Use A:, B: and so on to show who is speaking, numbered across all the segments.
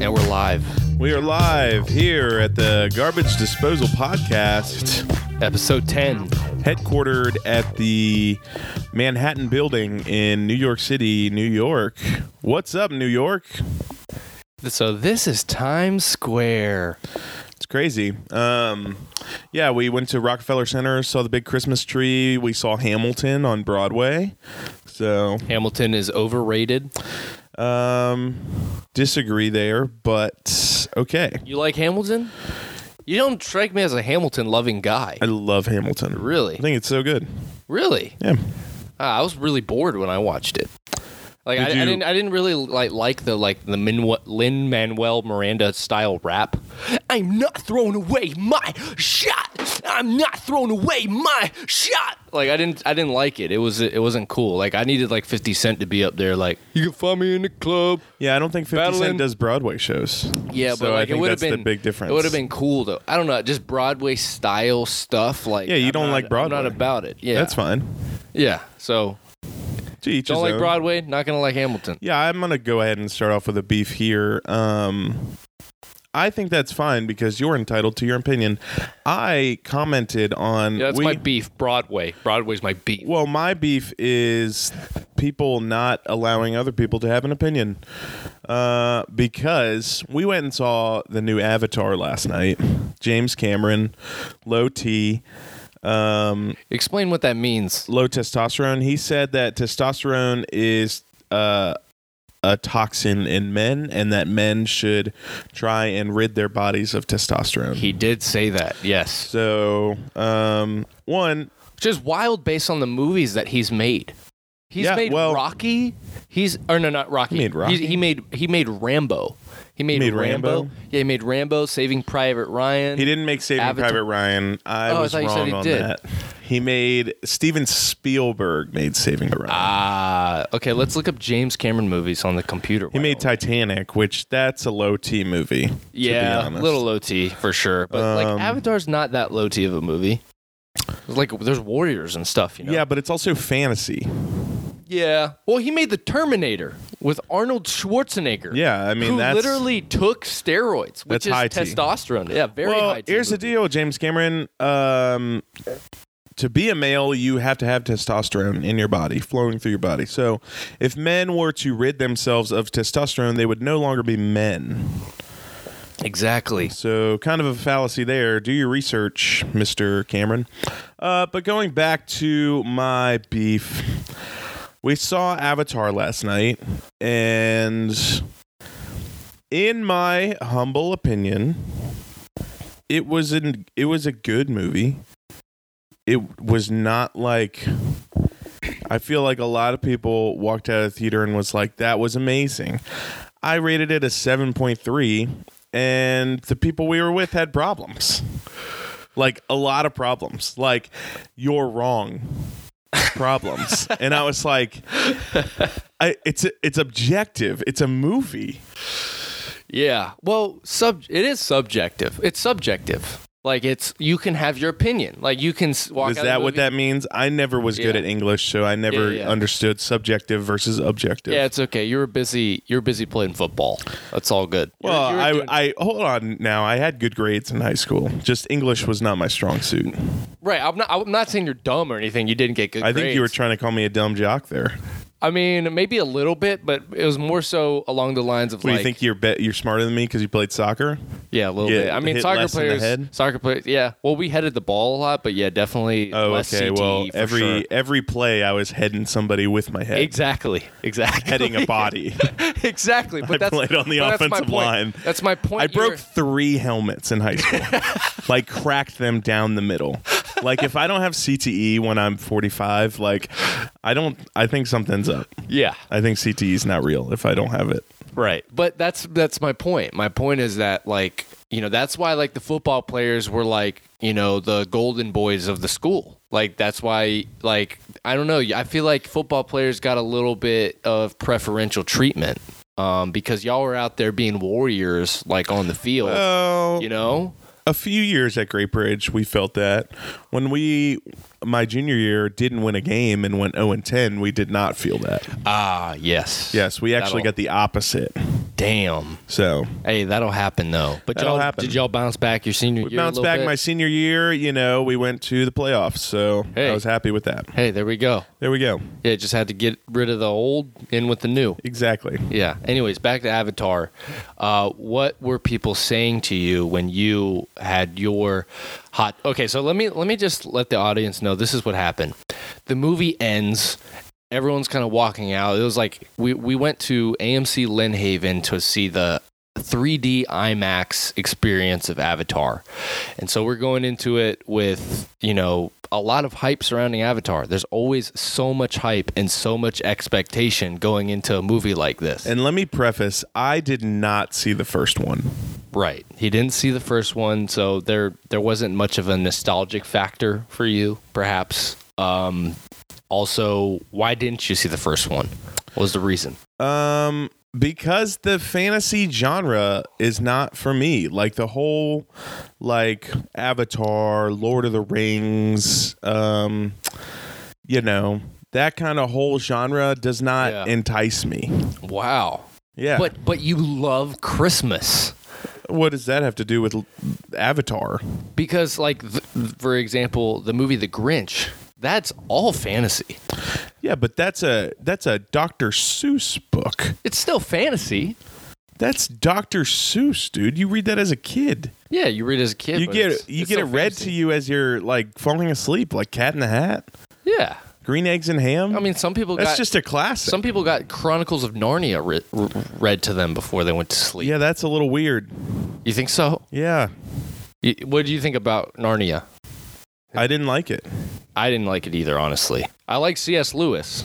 A: And we're live.
B: We are live here at the Garbage Disposal Podcast,
A: Episode 10.
B: headquartered at the Manhattan Building in New York City, New York. What's up, New York?
A: So this is Times Square.
B: It's crazy. Um, yeah, we went to Rockefeller Center, saw the big Christmas tree. We saw Hamilton on Broadway. So,
A: Hamilton is overrated.
B: um, disagree there, but okay.
A: You like Hamilton? You don't strike me as a Hamilton loving guy.
B: I love Hamilton. I
A: Really?
B: think it's so good.
A: Really?
B: Yeah.
A: Ah, I was really bored when I watched it. Like I,
B: Did
A: I
B: you-
A: didn't I didn't really like like the like the Lin Manuel Miranda style rap. I'm not throwing away my shot. I'm not throwing away my shot. Like I didn't I didn't like it. It was it wasn't cool. Like I needed like 50 Cent to be up there like you can find me in the club.
B: Yeah, I don't think 50 Cent
A: Battling-
B: does Broadway shows.
A: Yeah,
B: so
A: but like
B: I think
A: it would have
B: that's
A: been
B: the big difference.
A: It would have been cool though. I don't know, just Broadway style stuff like
B: Yeah, you
A: I'm
B: don't
A: not-
B: like Broadway.
A: I'm not about it. Yeah.
B: That's fine.
A: Yeah. So
B: To each
A: don't
B: his
A: like
B: own.
A: Broadway, not going to like Hamilton.
B: Yeah, I'm gonna go ahead and start off with a beef here. Um, I think that's fine because you're entitled to your opinion. I commented on
A: Yeah, that's
B: we-
A: my beef. Broadway. Broadway's my beef.
B: well, my beef is people not allowing other people to have an opinion. Uh, because we went and saw the new Avatar last night. James Cameron, low T. Um,
A: Explain what that means.
B: low testosterone. He said that testosterone is uh, a toxin in men, and that men should try and rid their bodies of testosterone.
A: He did say that, yes.
B: so, um, one,
A: Which is wild based on the movies that he's made. He's
B: Yeah,
A: made
B: well-
A: Rocky. He's or no, not Rocky.
B: He made Rocky?
A: He, he made he made Rambo. He made,
B: made
A: Rambo.
B: Rambo?
A: Yeah, he made Rambo. Saving Private Ryan.
B: he didn't make Saving
A: Avatar-
B: Private Ryan. I
A: Oh, I
B: was
A: thought you
B: wrong
A: said he
B: on
A: did.
B: that. He made Steven Spielberg made Saving Ryan.
A: Ah, okay. Let's look up James Cameron movies on the computer.
B: he made Titanic, which that's a low T movie.
A: yeah,
B: to be honest.
A: little low T for sure, but
B: Um,
A: like Avatar's not that low T of a movie. It's Like there's warriors and stuff, you know.
B: Yeah, but it's also fantasy.
A: Yeah. Well, he made the Terminator with Arnold Schwarzenegger.
B: Yeah, I mean
A: who
B: that's
A: literally took steroids, which
B: That's
A: is
B: high T.
A: testosterone. Yeah, very
B: well,
A: high. T
B: here's the
A: movie.
B: deal, James Cameron. Um, to be a male, you have to have testosterone in your body, flowing through your body. So, if men were to rid themselves of testosterone, they would no longer be men.
A: Exactly.
B: So, kind of a fallacy there. Do your research, Mister Cameron. Uh, but going back to my beef, we saw Avatar last night, and in my humble opinion, it was an it was a good movie. It was not like I feel like a lot of people walked out of the theater and was like, "That was amazing." I rated it a seven point three, and the people we were with had problems, like a lot of problems, like you're wrong problems, and I was like. I, it's it's objective. It's a movie.
A: Yeah. Well, sub it is subjective. It's subjective. Like it's you can have your opinion. Like you can s- walk.
B: Is
A: out of
B: that
A: the
B: what
A: movie-
B: that means? I never was good
A: Yeah.
B: at English, so I never
A: Yeah, yeah.
B: understood subjective versus objective.
A: Yeah, it's okay. You were busy. You're busy playing football. That's all good. You were-
B: well,
A: you were
B: I,
A: doing-
B: I hold on now. I had good grades in high school. Just English was not my strong suit.
A: right. I'm not. I'm not saying you're dumb or anything. You didn't get good.
B: I think you were
A: grades.
B: trying to call me a dumb jock there.
A: I mean, maybe a little bit, but it was more so along the lines of
B: What,
A: like.
B: you think you're bet you're smarter than me because you played soccer?
A: Yeah, a little
B: Yeah,
A: bit. I mean,
B: hit
A: soccer
B: less in the
A: players,
B: head?
A: soccer players. Yeah. Well, we headed the ball a lot, but yeah, definitely.
B: Oh,
A: less
B: okay.
A: CTE
B: well,
A: for
B: every
A: sure.
B: every play, I was heading somebody with my head,
A: exactly, exactly,
B: heading a body.
A: exactly. But that's
B: played on the
A: but that's my
B: offensive
A: point.
B: line.
A: That's my point.
B: I
A: You were-
B: broke three helmets in high school. like cracked them down the middle. Like if I don't have CTE when I'm 45, like I don't I think something's up.
A: Yeah.
B: I think CTE is not real if I don't have it.
A: Right. But that's that's my point. My point is that like you know that's why like the football players were like you know the golden boys of the school. Like that's why like I don't know. I feel like football players got a little bit of preferential treatment um, because y'all were out there being warriors like on the field.
B: Oh,
A: you know.
B: a few years at Great Bridge, we felt that when we my junior year didn't win a game and went 0 and 10, we did not feel that.
A: Ah, yes.
B: Yes, we
A: That'll-
B: actually got the opposite.
A: Damn.
B: So
A: Hey, that'll happen though. But
B: That'll
A: y'all
B: happen.
A: did y'all bounce back your senior
B: we
A: year? a
B: bounced
A: little
B: back
A: bit?
B: my senior year. You know, we went to the playoffs, so
A: Hey.
B: I was happy with that.
A: Hey, there we go.
B: There we go.
A: Yeah, just had to get rid of the old in with the new.
B: Exactly.
A: Yeah. Anyways, back to Avatar. Uh, what were people saying to you when you had your hot? Okay, so let me let me just let the audience know this is what happened. The movie ends. Everyone's kind of walking out. It was like we we went to AMC Lynn Haven to see the 3D IMAX experience of Avatar. And so we're going into it with, you know, a lot of hype surrounding Avatar. There's always so much hype and so much expectation going into a movie like this.
B: And let me preface: I did not see the first one.
A: right. He didn't see the first one, so there there wasn't much of a nostalgic factor for you, perhaps. Um also, why didn't you see the first one? What was the reason?
B: Um, because the fantasy genre is not for me. Like the whole, like Avatar, Lord of the Rings, um, you know, that kind of whole genre does not
A: Yeah.
B: entice me.
A: Wow.
B: Yeah.
A: But but you love Christmas.
B: what does that have to do with l- Avatar?
A: because like th- for example the movie the grinch that's all fantasy
B: Yeah, but that's a that's a Dr. Seuss book.
A: it's still fantasy
B: That's Dr. Seuss, dude. You read that as a kid.
A: yeah you read it as a kid
B: you
A: but
B: get
A: it's-
B: you
A: it's
B: get it
A: still
B: read to
A: fantasy.
B: you as you're like falling asleep, like Cat in the Hat.
A: yeah
B: Green eggs and ham.
A: i mean some people
B: that's
A: got
B: just a classic.
A: some people got chronicles of narnia re- re- read to them before they went to sleep
B: yeah, that's a little weird.
A: you think so
B: Yeah,
A: Y- what do you think about narnia
B: I didn't like it.
A: i didn't like it either honestly i like cs lewis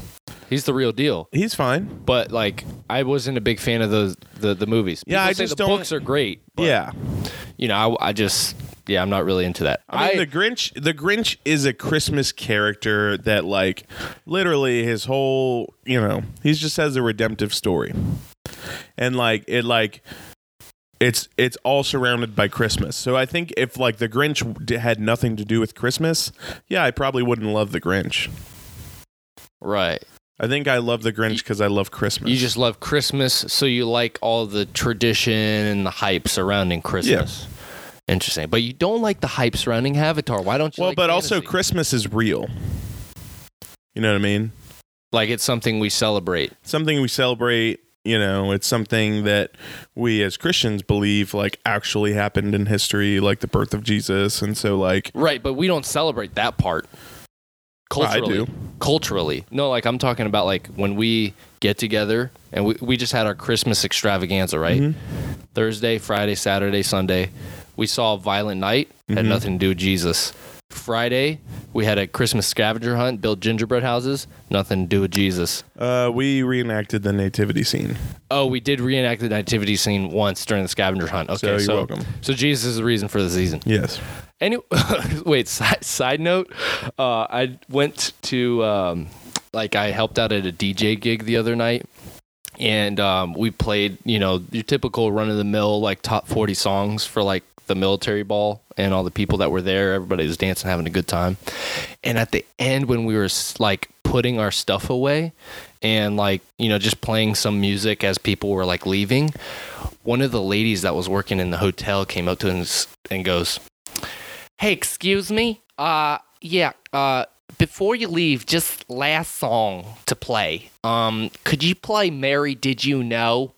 A: he's the real deal
B: He's fine.
A: but like i wasn't a big fan of those the, the movies
B: Yeah,
A: People
B: I
A: say
B: just
A: the
B: don't-
A: books are great but,
B: yeah,
A: you know I, I just yeah i'm not really into that
B: I mean the Grinch. The Grinch is a Christmas character that, like, literally his whole you know he just has a redemptive story, and like it like. It's it's all surrounded by Christmas, so I think if like the Grinch d- had nothing to do with Christmas, yeah, I probably wouldn't love the Grinch.
A: right
B: I think I love the Grinch because I love Christmas.
A: You just love Christmas, so you like all the tradition and the hype surrounding Christmas. Interesting, but you don't like the hype surrounding Avatar. Why don't you?
B: well,
A: like
B: but also
A: fantasy?
B: Christmas is real. You know what I mean?
A: like it's something we celebrate.
B: Something we celebrate. You know, it's something that we as Christians believe like actually happened in history, like the birth of Jesus, and so like
A: Right, but we don't celebrate that part.
B: Well, I
A: Culturally,
B: do.
A: culturally, no. Like I'm talking about, like when we get together and we, we just had our Christmas extravaganza, right?
B: Mhm.
A: Thursday, Friday, Saturday, Sunday. We saw Violent Night had
B: Mhm.
A: nothing to do with Jesus. Friday, we had a Christmas scavenger hunt, built gingerbread houses, nothing to do with Jesus.
B: uh, we reenacted the nativity scene.
A: Oh, we did reenact the nativity scene once during the scavenger hunt. Okay,
B: So you're welcome.
A: So Jesus is the reason for the season.
B: Yes.
A: Any wait, side, side note, uh, I went to um, like I helped out at a DJ gig the other night, and um, we played you know your typical run of the mill like top forty songs for like the military ball and all the people that were there. Everybody was dancing, having a good time, and at the end when we were s- like putting our stuff away and like you know just playing some music as people were like leaving. One of the ladies that was working in the hotel came up to us and goes, Hey, excuse me. Uh, yeah. Uh, before you leave, just last song to play. Um, could you play "Mary"? Did you know?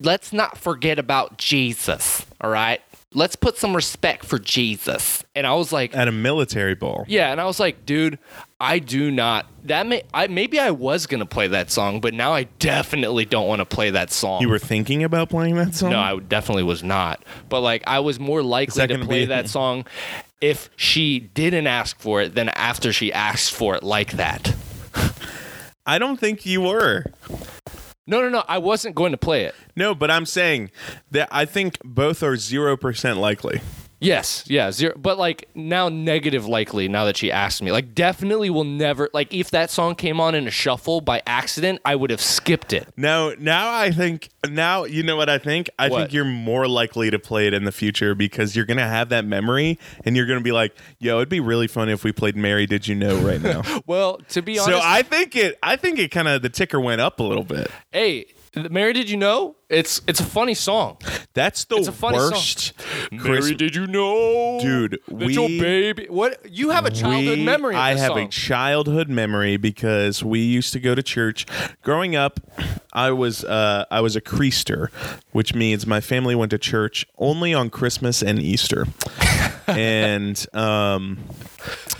A: Let's not forget about Jesus. All right. Let's put some respect for Jesus. And I was like,
B: At a military ball.
A: yeah. And I was like, dude, I do not. That may. I maybe I was gonna play that song, but now I definitely don't want to play that song.
B: You were thinking about playing that song?
A: No, I definitely was not. But like, I was more likely
B: that
A: to
B: gonna
A: play
B: be-
A: that song if she didn't ask for it than after she asked for it like that.
B: I don't think you were.
A: No, no, no. I wasn't going to play it.
B: No, but I'm saying that I think both are zero percent likely.
A: Yes, yeah, zero. But like now, negative likely. Now that she asked me, like definitely will never. Like if that song came on in a shuffle by accident, I would have skipped it.
B: Now, now I think now you know what I think. I
A: What?
B: think you're more likely to play it in the future because you're gonna have that memory, and you're gonna be like, "Yo, it'd be really funny if we played Mary Did You Know right now."
A: Well, to be honest,
B: so I think it. I think it kind of the ticker went up a little bit.
A: hey, Mary, did you know? It's it's a funny song.
B: That's the
A: It's a funny song.
B: worst. Chris,
A: did you know,
B: Dude,
A: That your
B: we-
A: baby. What you have a childhood
B: we-
A: memory. Of
B: I
A: this
B: have a
A: song.
B: childhood memory because we used to go to church. Growing up, I was uh, I was a creaster, which means my family went to church only on Christmas and Easter. and um,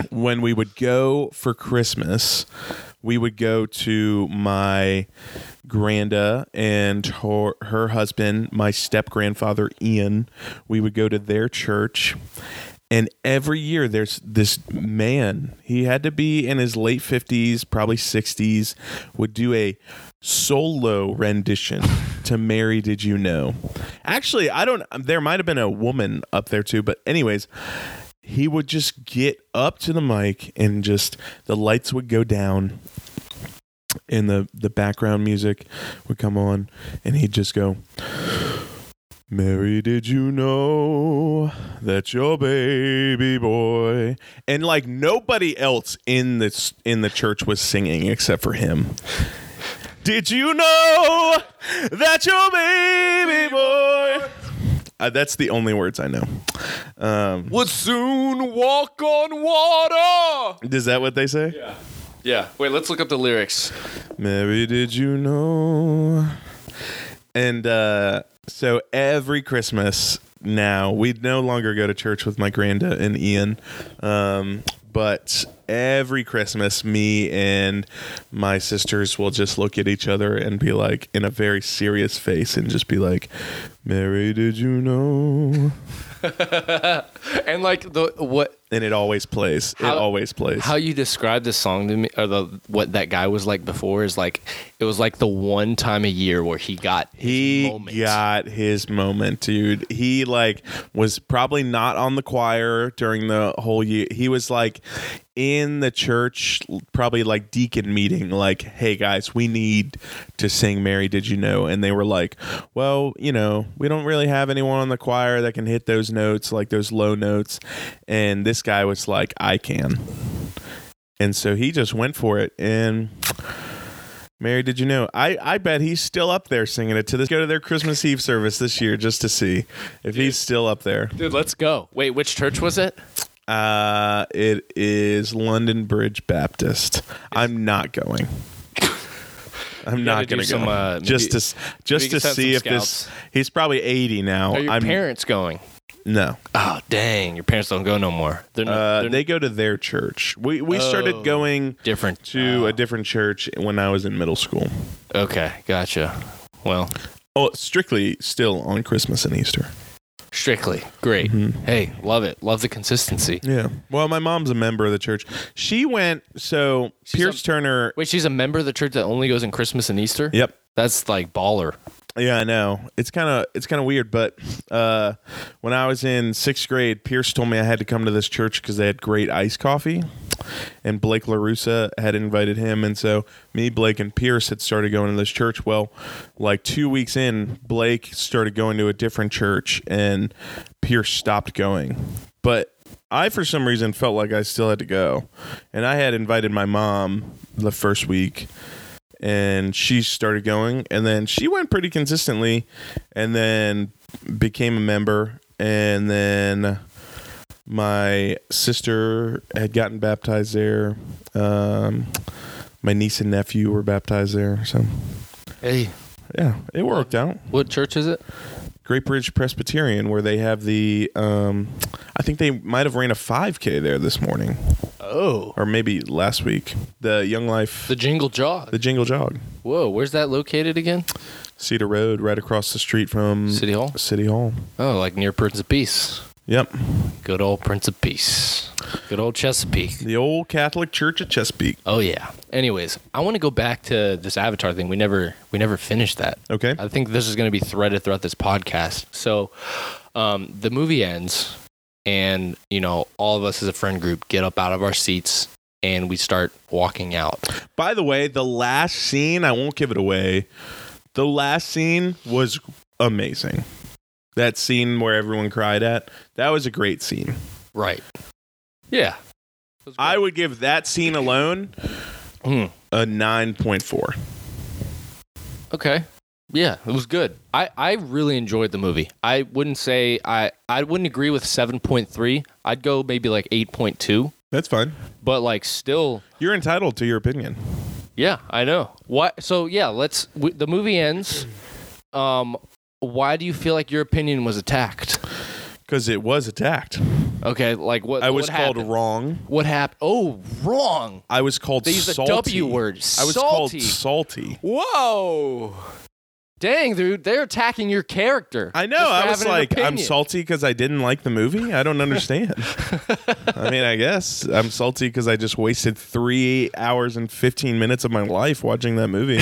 B: when we would go for Christmas, we would go to my granda and her, her husband, my step grandfather Ian. We would go to their church. And every year there's this man, he had to be in his late 50s, probably 60s, would do a solo rendition to Mary Did You Know. Actually, I don't, there might have been a woman up there too, but anyways, he would just get up to the mic and just the lights would go down and the the background music would come on and he'd just go Mary, did you know that your baby boy and like nobody else in this in the church was singing except for him. Did you know that your baby boy? Uh, that's the only words I know. Um,
A: would soon walk on water.
B: is that what they say?
A: Yeah. Wait, let's look up the lyrics.
B: Mary, did you know? And uh, so every Christmas now, we no longer go to church with my granda and Ian, um, but every Christmas, me and my sisters will just look at each other and be like, in a very serious face, and just be like, Mary, did you know?
A: And like the what
B: And it always plays.
A: How-
B: it always plays.
A: how you described this song to me or the what that guy was like before is like it was like the one time a year where he got his
B: He
A: moment.
B: got his moment, dude. He like was probably not on the choir during the whole year. He was like in the church, probably like deacon meeting, like, hey guys, we need to sing Mary Did You Know? And they were like, well, you know, we don't really have anyone on the choir that can hit those notes, like those low notes. And this guy was like, I can. And so he just went for it. And Mary, did you know? I, I bet he's still up there singing it to this. Go to their Christmas Eve service this year just to see if he's still up there.
A: Dude, let's go. Wait, which church was it?
B: Uh, it is London Bridge Baptist. I'm not going.
A: gotta
B: I'm not
A: do
B: going to go.
A: some, uh,
B: just
A: maybe-
B: to s-
A: we
B: just
A: can
B: to
A: send
B: see if
A: some
B: this.
A: scouts.
B: He's probably 80 now.
A: Are your
B: Oh, I'm
A: parents going?
B: no.
A: Oh dang, your parents don't go no more. They're not,
B: Uh,
A: they're Oh.
B: they go to their church. We we started going
A: different.
B: to a different church when I was in middle school.
A: Okay, gotcha. Well,
B: Oh, strictly still on Christmas and Easter.
A: strictly great. Hey, love it. Love the consistency.
B: Yeah. Well, my mom's a member of the church. She went so Pierce Turner.
A: Wait, she's a member of the church that only goes on Christmas and Easter.
B: Yep.
A: That's like baller.
B: Yeah, I know. It's kind of it's kind of weird, but uh, when I was in sixth grade, Pierce told me I had to come to this church because they had great iced coffee, and Blake Larusa had invited him, and so me, Blake, and Pierce had started going to this church. Well, like two weeks in, Blake started going to a different church, and Pierce stopped going, but. I, for some reason, felt like I still had to go. And I had invited my mom the first week and she started going and then she went pretty consistently and then became a member and then my sister had gotten baptized there um, my niece and nephew were baptized there so
A: Hey,
B: yeah it worked out
A: what church is it?
B: great bridge presbyterian where they have the um, i think they might have ran a 5k there this morning
A: Oh,
B: or maybe last week the young life
A: the Jingle Jog.
B: the jingle jog
A: Whoa, where's that located again?
B: Cedar Road, right across the street from
A: City Hall?
B: City Hall.
A: Oh, like near Prince of Peace.
B: Yep.
A: Good old Prince of Peace. Good old Chesapeake.
B: The old Catholic Church of Chesapeake.
A: Oh yeah. Anyways, I want to go back to this Avatar thing. We never we never finished that.
B: Okay.
A: I think this is going to be threaded throughout this podcast. So, um, the movie ends, and you know, all of us as a friend group get up out of our seats and we start walking out.
B: By the way, the last scene, I won't give it away. The last scene was amazing. That scene where everyone cried at, that was a great scene.
A: Right. Yeah.
B: I would give that scene alone
A: Hmm.
B: a 9.4.
A: Okay. Yeah, it was good. I, I really enjoyed the movie. I wouldn't say I I wouldn't agree with 7.3. I'd go maybe like 8.2,
B: That's fine.
A: but like still
B: You're entitled to your opinion.
A: Yeah, I know. What? So yeah, let's. W- the movie ends. Um, why do you feel like your opinion was attacked?
B: Because it was attacked.
A: Okay, like what?
B: I was
A: what
B: called
A: happened?
B: wrong.
A: What happened? Oh, wrong.
B: I was called
A: They used the
B: salty.
A: W word,
B: I was
A: salty.
B: called salty.
A: Whoa. Dang, dude, they're attacking your character.
B: I know.
A: just for
B: I was
A: having an
B: like, I'm
A: opinion.
B: salty because I didn't like the movie. I don't understand. I mean, I guess I'm salty because I just wasted three hours and 15 minutes of my life watching that movie.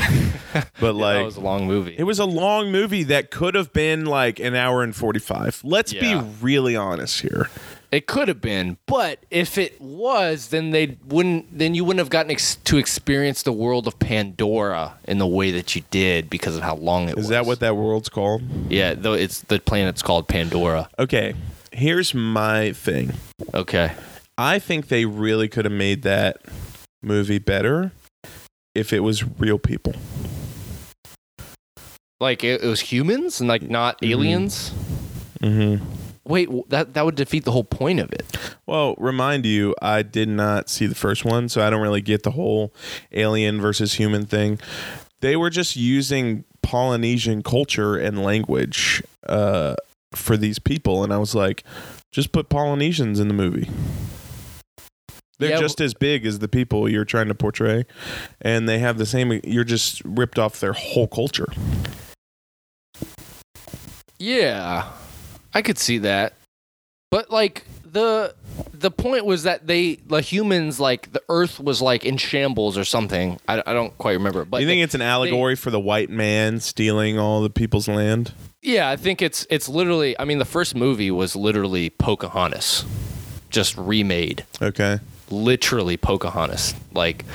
B: But
A: that
B: like,
A: was a long movie.
B: It was a long movie that could have been like an hour and 45. Let's
A: Yeah.
B: be really honest here.
A: It could have been, but if it was, then they wouldn't. Then you wouldn't have gotten ex- to experience the world of Pandora in the way that you did because of how long it was.
B: Is that what that world's called?
A: Yeah, though it's the planet's called Pandora.
B: Okay, here's my thing.
A: Okay.
B: I think they really could have made that movie better if it was real people.
A: Like it, it was humans and like not
B: Mhm.
A: aliens.
B: Mm-hmm.
A: Wait, w- that that would defeat the whole point of it.
B: Well, remind you, I did not see the first one, so I don't really get the whole alien versus human thing. They were just using Polynesian culture and language uh, for these people, and I was like, just put Polynesians in the movie. They're
A: Yeah,
B: just as big as the people you're trying to portray, and they have the same. You're just ripped off their whole culture.
A: Yeah, I could see that. But like the the point was that they the humans like the Earth was like in shambles or something. I, I don't quite remember. But
B: you think it's an allegory for the white man stealing all the people's land?
A: yeah, I think it's it's literally. I mean, the first movie was literally Pocahontas, just remade.
B: Okay,
A: Literally Pocahontas. Like,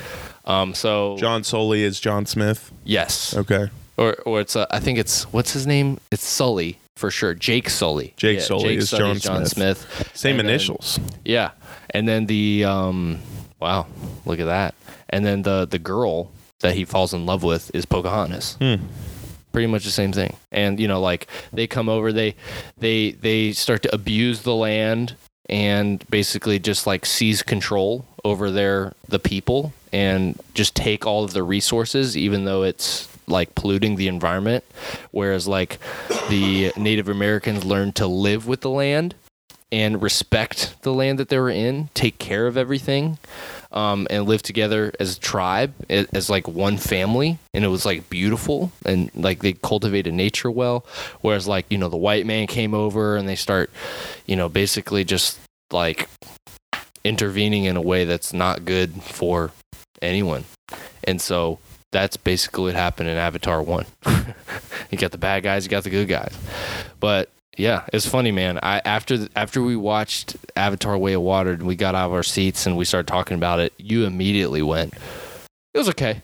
A: um. So
B: John Soley is John Smith.
A: yes.
B: Okay.
A: or or it's uh, I think it's what's his name? It's Sully for sure. Jake Sully.
B: Jake Sully is
A: Sully's
B: John
A: Smith.
B: Same
A: And then-
B: initials.
A: yeah, and then the um, wow, look at that. And then the the girl that he falls in love with is Pocahontas.
B: Hmm.
A: Pretty much the same thing. And you know, like they come over, they they they start to abuse the land and basically just like seize control over their the people and just take all of the resources even though it's like polluting the environment whereas like the native americans learned to live with the land and respect the land that they were in, take care of everything, um, and live together as a tribe, a- as like one family. And it was like beautiful and like they cultivated nature well. Whereas, like, you know, the white man came over and they start, you know, basically just like intervening in a way that's not good for anyone. And so that's basically what happened in Avatar 1. you got the bad guys, you got the good guys. But yeah, it's funny, man. I after th- after we watched Avatar: Way of Water, and we got out of our seats and we started talking about it. You immediately went, "It was okay."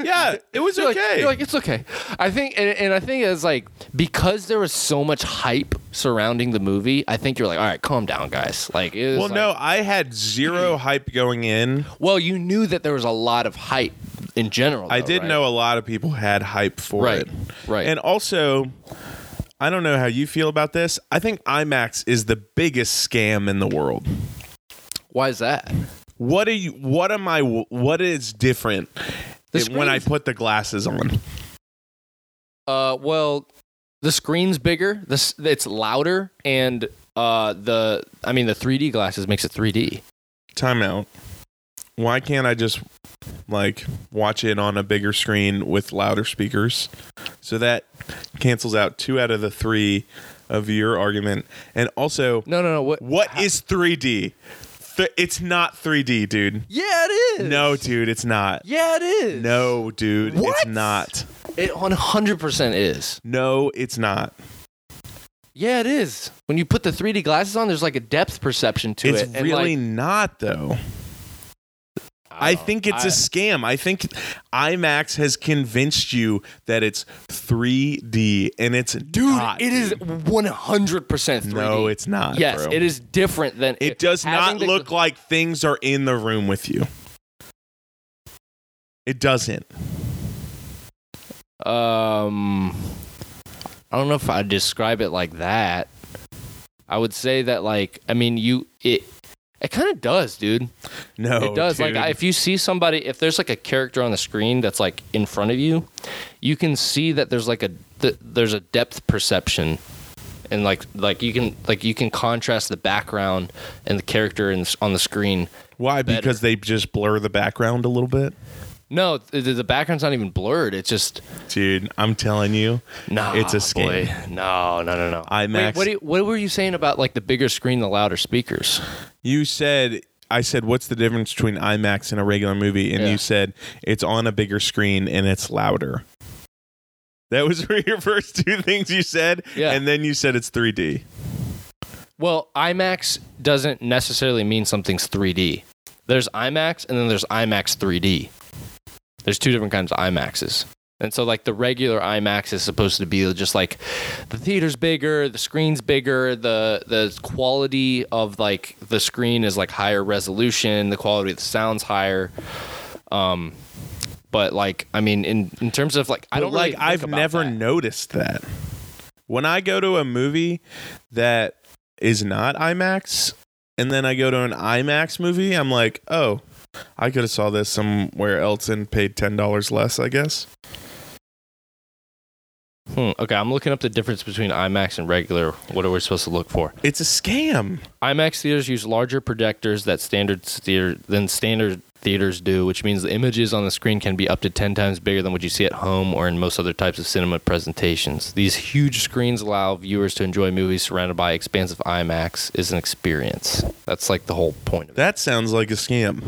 B: Yeah, it was
A: You're like-
B: okay.
A: you're like, it's okay. I think, and, and I think it's like because there was so much hype surrounding the movie. I think you're like, all right, calm down, guys. Like, it was
B: well,
A: like-
B: no, I had zero hype going in.
A: Well, you knew that there was a lot of hype in general.
B: I
A: though,
B: did
A: Oh, right?
B: know a lot of people had hype for
A: Right,
B: it.
A: right.
B: And also, I don't know how you feel about this. I think IMAX is the biggest scam in the world.
A: Why is that?
B: What are you what am I what is different
A: The
B: in- when I
A: screen's-
B: put the glasses on?
A: Uh, well, the screen's bigger. This it's louder, and uh, the I mean the 3D glasses makes it 3D.
B: Timeout. Why can't I just like watch it on a bigger screen with louder speakers? So that cancels out two out of the three of your argument. And also,
A: No, no, no. What?
B: what is 3D? Th- it's not 3D, dude.
A: Yeah, it is.
B: No, dude, it's not.
A: Yeah, it is.
B: No, dude,
A: What?
B: it's not.
A: It 100% is.
B: No, it's not.
A: Yeah, it is. When you put the 3D glasses on, there's like a depth perception to
B: it's
A: it. and,
B: really
A: like-
B: not though.
A: Oh,
B: I think it's a scam. I think IMAX has convinced you that it's 3D and it's
A: dude.
B: not,
A: it is
B: dude.
A: 100% 3D.
B: No, it's not.
A: yes,
B: bro.
A: it is different than
B: It does
A: having
B: not
A: the-
B: look like things are in the room with you. It doesn't.
A: Um, I don't know if I'd describe it like that. I would say that, like, I mean, you it it kind of does, dude.
B: No,
A: it does.
B: Oh, dude.
A: Like, I- if you see somebody, if there's like a character on the screen that's like in front of you, you can see that there's like a th- there's a depth perception, and like like you can like you can contrast the background and the character in, on the screen.
B: why?
A: better.
B: Because they just blur the background a little bit.
A: No, th- the background's not even blurred. It's just
B: Dude, I'm telling you,
A: No,
B: it's a scam.
A: Boy. No, no, no, no.
B: IMAX.
A: Wait, what, do you- what were you saying about like the bigger screen, the louder speakers?
B: You said, I said, what's the difference between IMAX and a regular movie? And
A: Yeah.
B: you said it's on a bigger screen and it's louder. That was were your first two things you said,
A: Yeah.
B: and then you said it's 3D.
A: Well, IMAX doesn't necessarily mean something's 3D. There's IMAX and then there's IMAX 3D. There's two different kinds of IMAXs. And so like the regular IMAX is supposed to be just like the theater's bigger, the screen's bigger, the the quality of like the screen is like higher resolution, the quality of the sound's higher. Um but like I mean in in terms of like I
B: But,
A: don't
B: like.
A: really think
B: I've
A: about
B: never
A: that.
B: noticed that. When I go to a movie that is not IMAX, and then I go to an IMAX movie, I'm like, oh, I could have saw this somewhere else and paid ten dollars less, I guess.
A: Hmm, okay, I'm looking up the difference between IMAX and regular. What are we supposed to look for?
B: It's a scam.
A: IMAX theaters use larger projectors that standard theater than standard theaters do, which means the images on the screen can be up to 10 times bigger than what you see at home or in most other types of cinema presentations. These huge screens allow viewers to enjoy movies surrounded by expansive IMAX is an experience. That's like the whole point of it.
B: That sounds like a scam.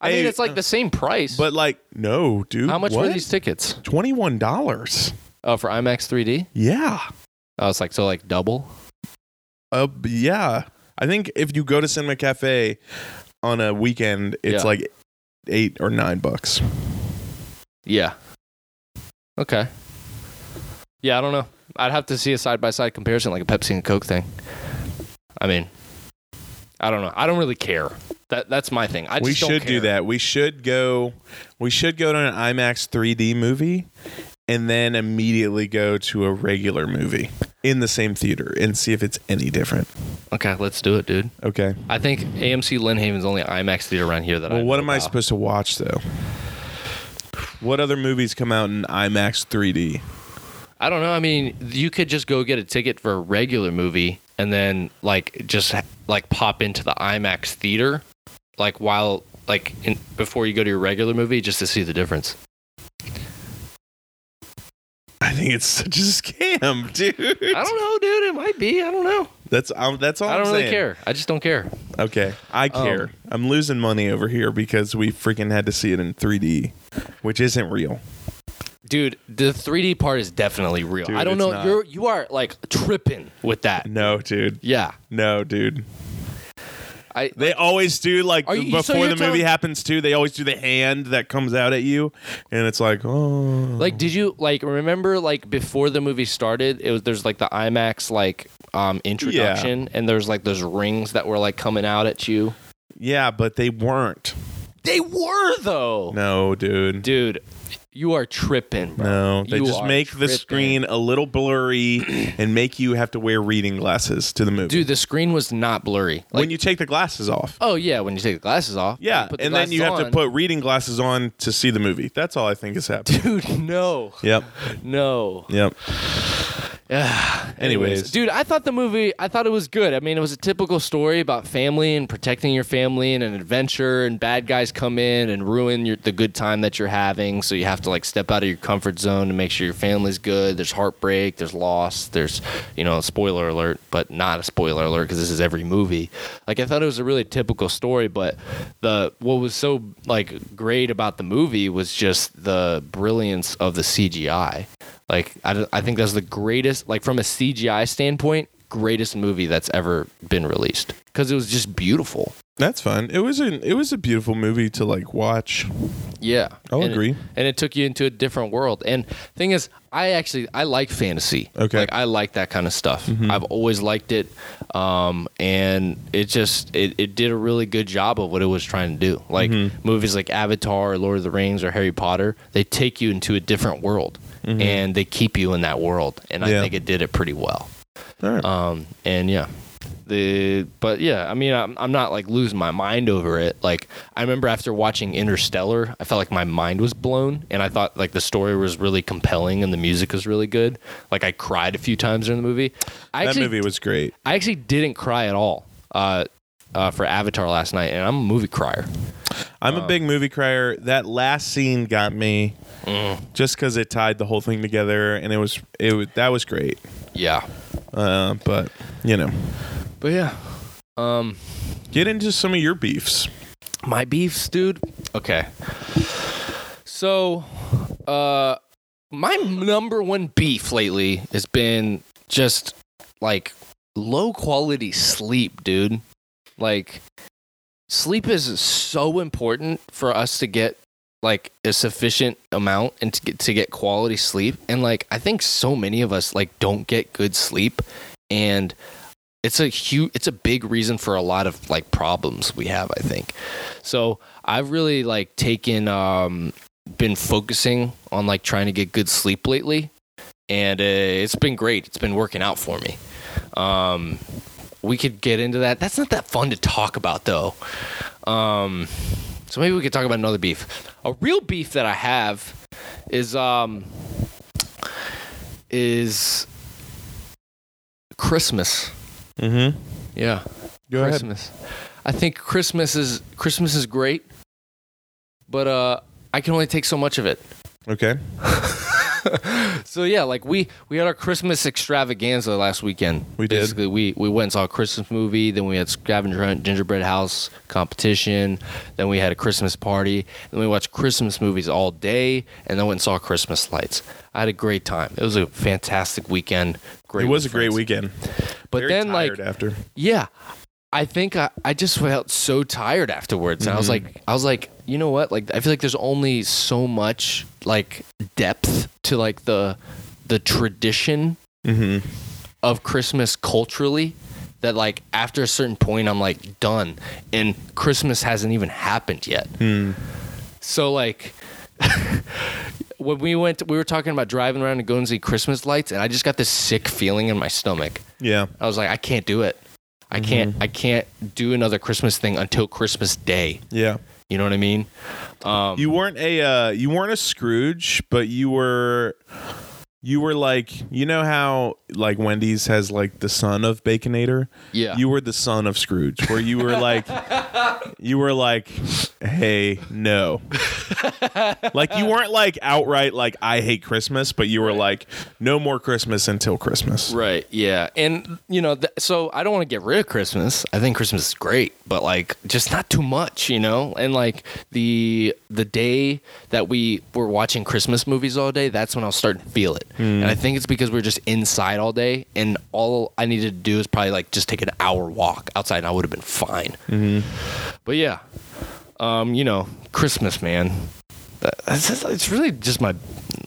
A: I mean,
B: Hey,
A: it's like the same price.
B: uh, But like, no, dude.
A: how much
B: what?
A: were these tickets?
B: Twenty-one dollars.
A: Oh, for IMAX 3D?
B: Yeah.
A: Oh, it's like so like double.
B: Uh, b- yeah. I think if you go to Cinema Cafe on a weekend, it's
A: Yeah.
B: like eight or nine bucks.
A: Yeah. Okay. Yeah, I don't know. I'd have to see a side by side comparison, like a Pepsi and Coke thing. I mean, I don't know. I don't really care. That that's my thing. I just
B: we
A: don't
B: should do
A: care.
B: that. We should go. We should go to an IMAX 3D movie, and then immediately go to a regular movie in the same theater and see if it's any different.
A: Okay, let's do it, dude.
B: Okay.
A: I think AMC Lynn Haven's only IMAX theater around here that. I
B: Well, what
A: know
B: am I
A: about.
B: supposed to watch though? What other movies come out in IMAX 3D?
A: I don't know. I mean, you could just go get a ticket for a regular movie and then like just like pop into the IMAX theater, like while like in, before you go to your regular movie, just to see the difference.
B: I think it's such a scam, dude.
A: I don't know, dude. It might be. I don't know.
B: That's um, that's all.
A: I
B: am
A: don't really
B: saying.
A: care. I just don't care.
B: Okay, I
A: Um,
B: care. I'm losing money over here because we freaking had to see it in 3D, which isn't real.
A: Dude, the 3D part is definitely real.
B: Dude,
A: I don't
B: it's
A: know.
B: not.
A: You're you are like tripping with that.
B: No, dude.
A: Yeah.
B: No, dude.
A: I
B: They always do like
A: Are you- so
B: before
A: you're
B: the
A: telling-
B: movie happens too. They always do the hand that comes out at you, and it's like, oh,
A: like did you like remember like before the movie started, it was there's like the IMAX like um introduction and there's like those rings that were like coming out at you.
B: yeah, but they weren't.
A: They were though.
B: No, dude.
A: Dude, you are tripping, bro.
B: No, they
A: You
B: just
A: are
B: make the
A: tripping.
B: screen a little blurry and make you have to wear reading glasses to the movie.
A: Dude, the screen was not blurry. Like
B: when you take the glasses off.
A: Oh yeah, when you take the glasses off.
B: Yeah,
A: put the
B: and then you have
A: glasses
B: to
A: on.
B: put reading glasses on to see the movie. That's all I think is happening.
A: Dude, no.
B: yep,
A: No.
B: yep.
A: Yeah.
B: Anyways.
A: dude, I thought the movie, I thought it was good. I mean, it was a typical story about family and protecting your family and an adventure, and bad guys come in and ruin your, the good time that you're having. So you have to like step out of your comfort zone to make sure your family's good. There's heartbreak, there's loss, there's you know, spoiler alert, but not a spoiler alert because this is every movie. Like I thought it was a really typical story, but the what was so like great about the movie was just the brilliance of the CGI. Like I, d- I think that's the greatest like from a CGI standpoint, greatest movie that's ever been released cuz it was just beautiful.
B: That's fun. It was an it was a beautiful movie to like watch.
A: Yeah.
B: I'll
A: And it-
B: agree.
A: and it took you into a different world. And thing is, I actually I like fantasy.
B: Okay. Mm-hmm.
A: Like I like that kind of stuff. I've always liked it. Um and it just it, it did a really good job of what it was trying to
B: Mm-hmm.
A: do. Like movies like Avatar or Lord of the Rings or Harry Potter, they take you into a different world. and they keep you in that world. And I
B: Mm-hmm. Yeah.
A: think it did it pretty well.
B: All right.
A: Um, and yeah, the but yeah, I mean, I'm, I'm not like losing my mind over it. Like I remember after watching Interstellar, I felt like my mind was blown, and I thought like the story was really compelling and the music was really good. Like I cried a few times during the movie. I
B: that
A: actually,
B: movie was great.
A: I actually didn't cry at all. Uh, uh, for Avatar last night, and I'm a movie crier.
B: I'm
A: um,
B: a big movie crier. That last scene got me
A: Mm.
B: just because it tied the whole thing together, and it was it was, that was great.
A: Yeah,
B: Uh, but you know,
A: but yeah, um,
B: get into some of your beefs.
A: my beefs, dude. Okay. So, uh, my number one beef lately has been just like low quality sleep, dude. Like, sleep is so important for us to get like a sufficient amount and to get to get quality sleep. And like, I think so many of us like don't get good sleep, and it's a huge, it's a big reason for a lot of like problems we have. I think. So I've really like taken um been focusing on like trying to get good sleep lately and uh, it's been great. It's been working out for me. Um we could get into that. That's not that fun to talk about though. Um so maybe we could talk about another beef. A real beef that I have is um is Christmas.
B: Mm-hmm.
A: Yeah.
B: Go ahead.
A: Christmas. I think Christmas is Christmas is great, but uh, I can only take so much of it.
B: Okay.
A: So yeah, like we we had our Christmas extravaganza last weekend.
B: We did.
A: Basically, we we went and saw a Christmas movie. Then we had scavenger hunt, gingerbread house competition. Then we had a Christmas party. Then we watched Christmas movies all day, and then went and saw Christmas lights. I had a great time. It was a fantastic weekend. Great.
B: It was a
A: with
B: great
A: friends.
B: weekend.
A: But
B: Very
A: then like
B: tired after.
A: yeah i think i, I just felt so tired afterwards and i was like i was like you know what like i feel like there's only so much like depth to like the the tradition
B: Mm-hmm.
A: of christmas culturally that like after a certain point i'm like done and christmas hasn't even happened yet so like when we went we were talking about driving around and going to see christmas lights and i just got this sick feeling in my stomach
B: Yeah.
A: I was like, I can't do it. I can't. I can't do another Christmas thing until Christmas Day.
B: Yeah.
A: You know what I mean? Um,
B: You weren't a uh, you weren't a Scrooge, but you were you were like you know how like Wendy's has like the son of Baconator.
A: yeah.
B: You were the son of Scrooge, where you were like you were like, hey, no. like you weren't like outright like I hate Christmas, but you were like, no more Christmas until Christmas.
A: right. Yeah. And you know, th- so I don't want to get rid of Christmas. I think Christmas is great, but like, just not too much. You know, and like the the day that we were watching Christmas movies all day, that's when I was starting to feel it. And I think it's because we were just inside all day, and all I needed to do is probably like just take an hour walk outside, and I would have been fine.
B: Mm-hmm.
A: But yeah, um, you know, Christmas, man. That- That's, that's- it's really just my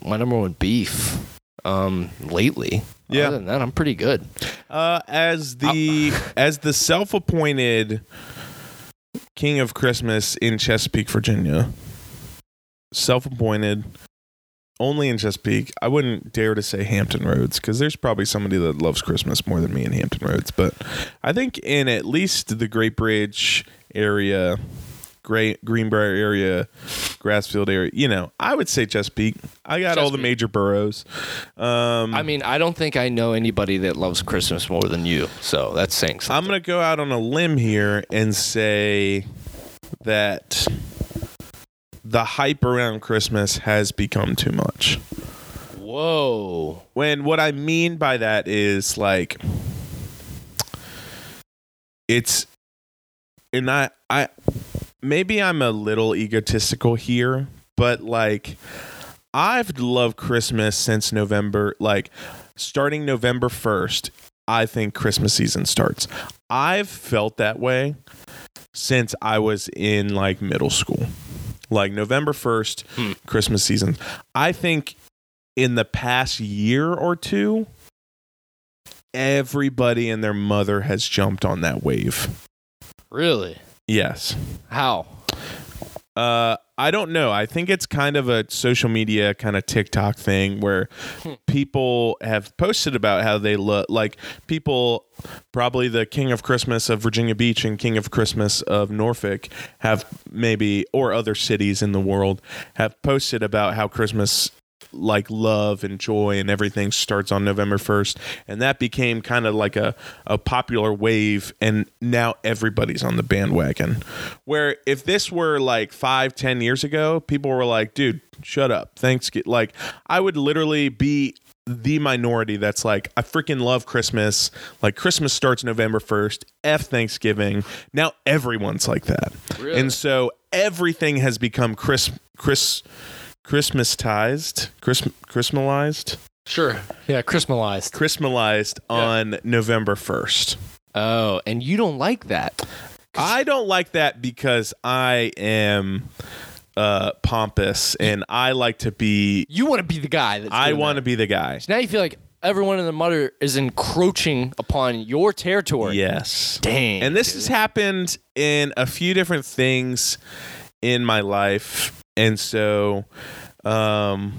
A: my number one beef um, lately.
B: Yeah.
A: Other than that, I'm pretty good.
B: Uh, as the as the self-appointed king of Christmas in Chesapeake, Virginia. Self-appointed only in Chesapeake. I wouldn't dare to say Hampton Roads because there's probably somebody that loves Christmas more than me in Hampton Roads, but I think in at least the Great Bridge area, Great Greenbrier area, Grassfield area, you know, I would say Chesapeake. I got all the
A: Chesapeake.
B: major boroughs. Um,
A: I mean, I don't think I know anybody that loves Christmas more than you. So that's saying something.
B: I'm going to go out on a limb here and say that the hype around Christmas has become too much.
A: Whoa.
B: When what I mean by that is like it's and I I maybe I'm a little egotistical here, but like I've loved Christmas since November, like starting November 1st, I think Christmas season starts. I've felt that way since I was in like middle school. Like November 1st,
A: Hmm.
B: Christmas season. I think in the past year or two, everybody and their mother has jumped on that wave.
A: Really?
B: Yes.
A: How?
B: Uh, I I don't know. I think it's kind of a social media kind of TikTok thing where people have posted about how they look. Like people, probably the King of Christmas of Virginia Beach and King of Christmas of Norfolk have maybe, or other cities in the world have posted about how Christmas like love and joy and everything starts on November 1st and that became kind of like a a popular wave and now everybody's on the bandwagon where if this were like five ten years ago people were like dude shut up thanks get like I would literally be the minority that's like I freaking love Christmas like Christmas starts November 1st F Thanksgiving now everyone's like that
A: Really?
B: and so everything has become Chris Chris Christmastized, Christ, Christmalized,
A: Sure. Yeah, Christmalized.
B: Christmalized on November 1st.
A: Oh, and you don't like that.
B: I don't like that because I am uh, pompous and I like to be,
A: You want to be the guy that's
B: I
A: doing
B: want to
A: that.
B: be the guy.
A: So now you feel like everyone in the mother is encroaching upon your territory.
B: Yes.
A: Dang.
B: And this has happened in a few different things in my life. And so um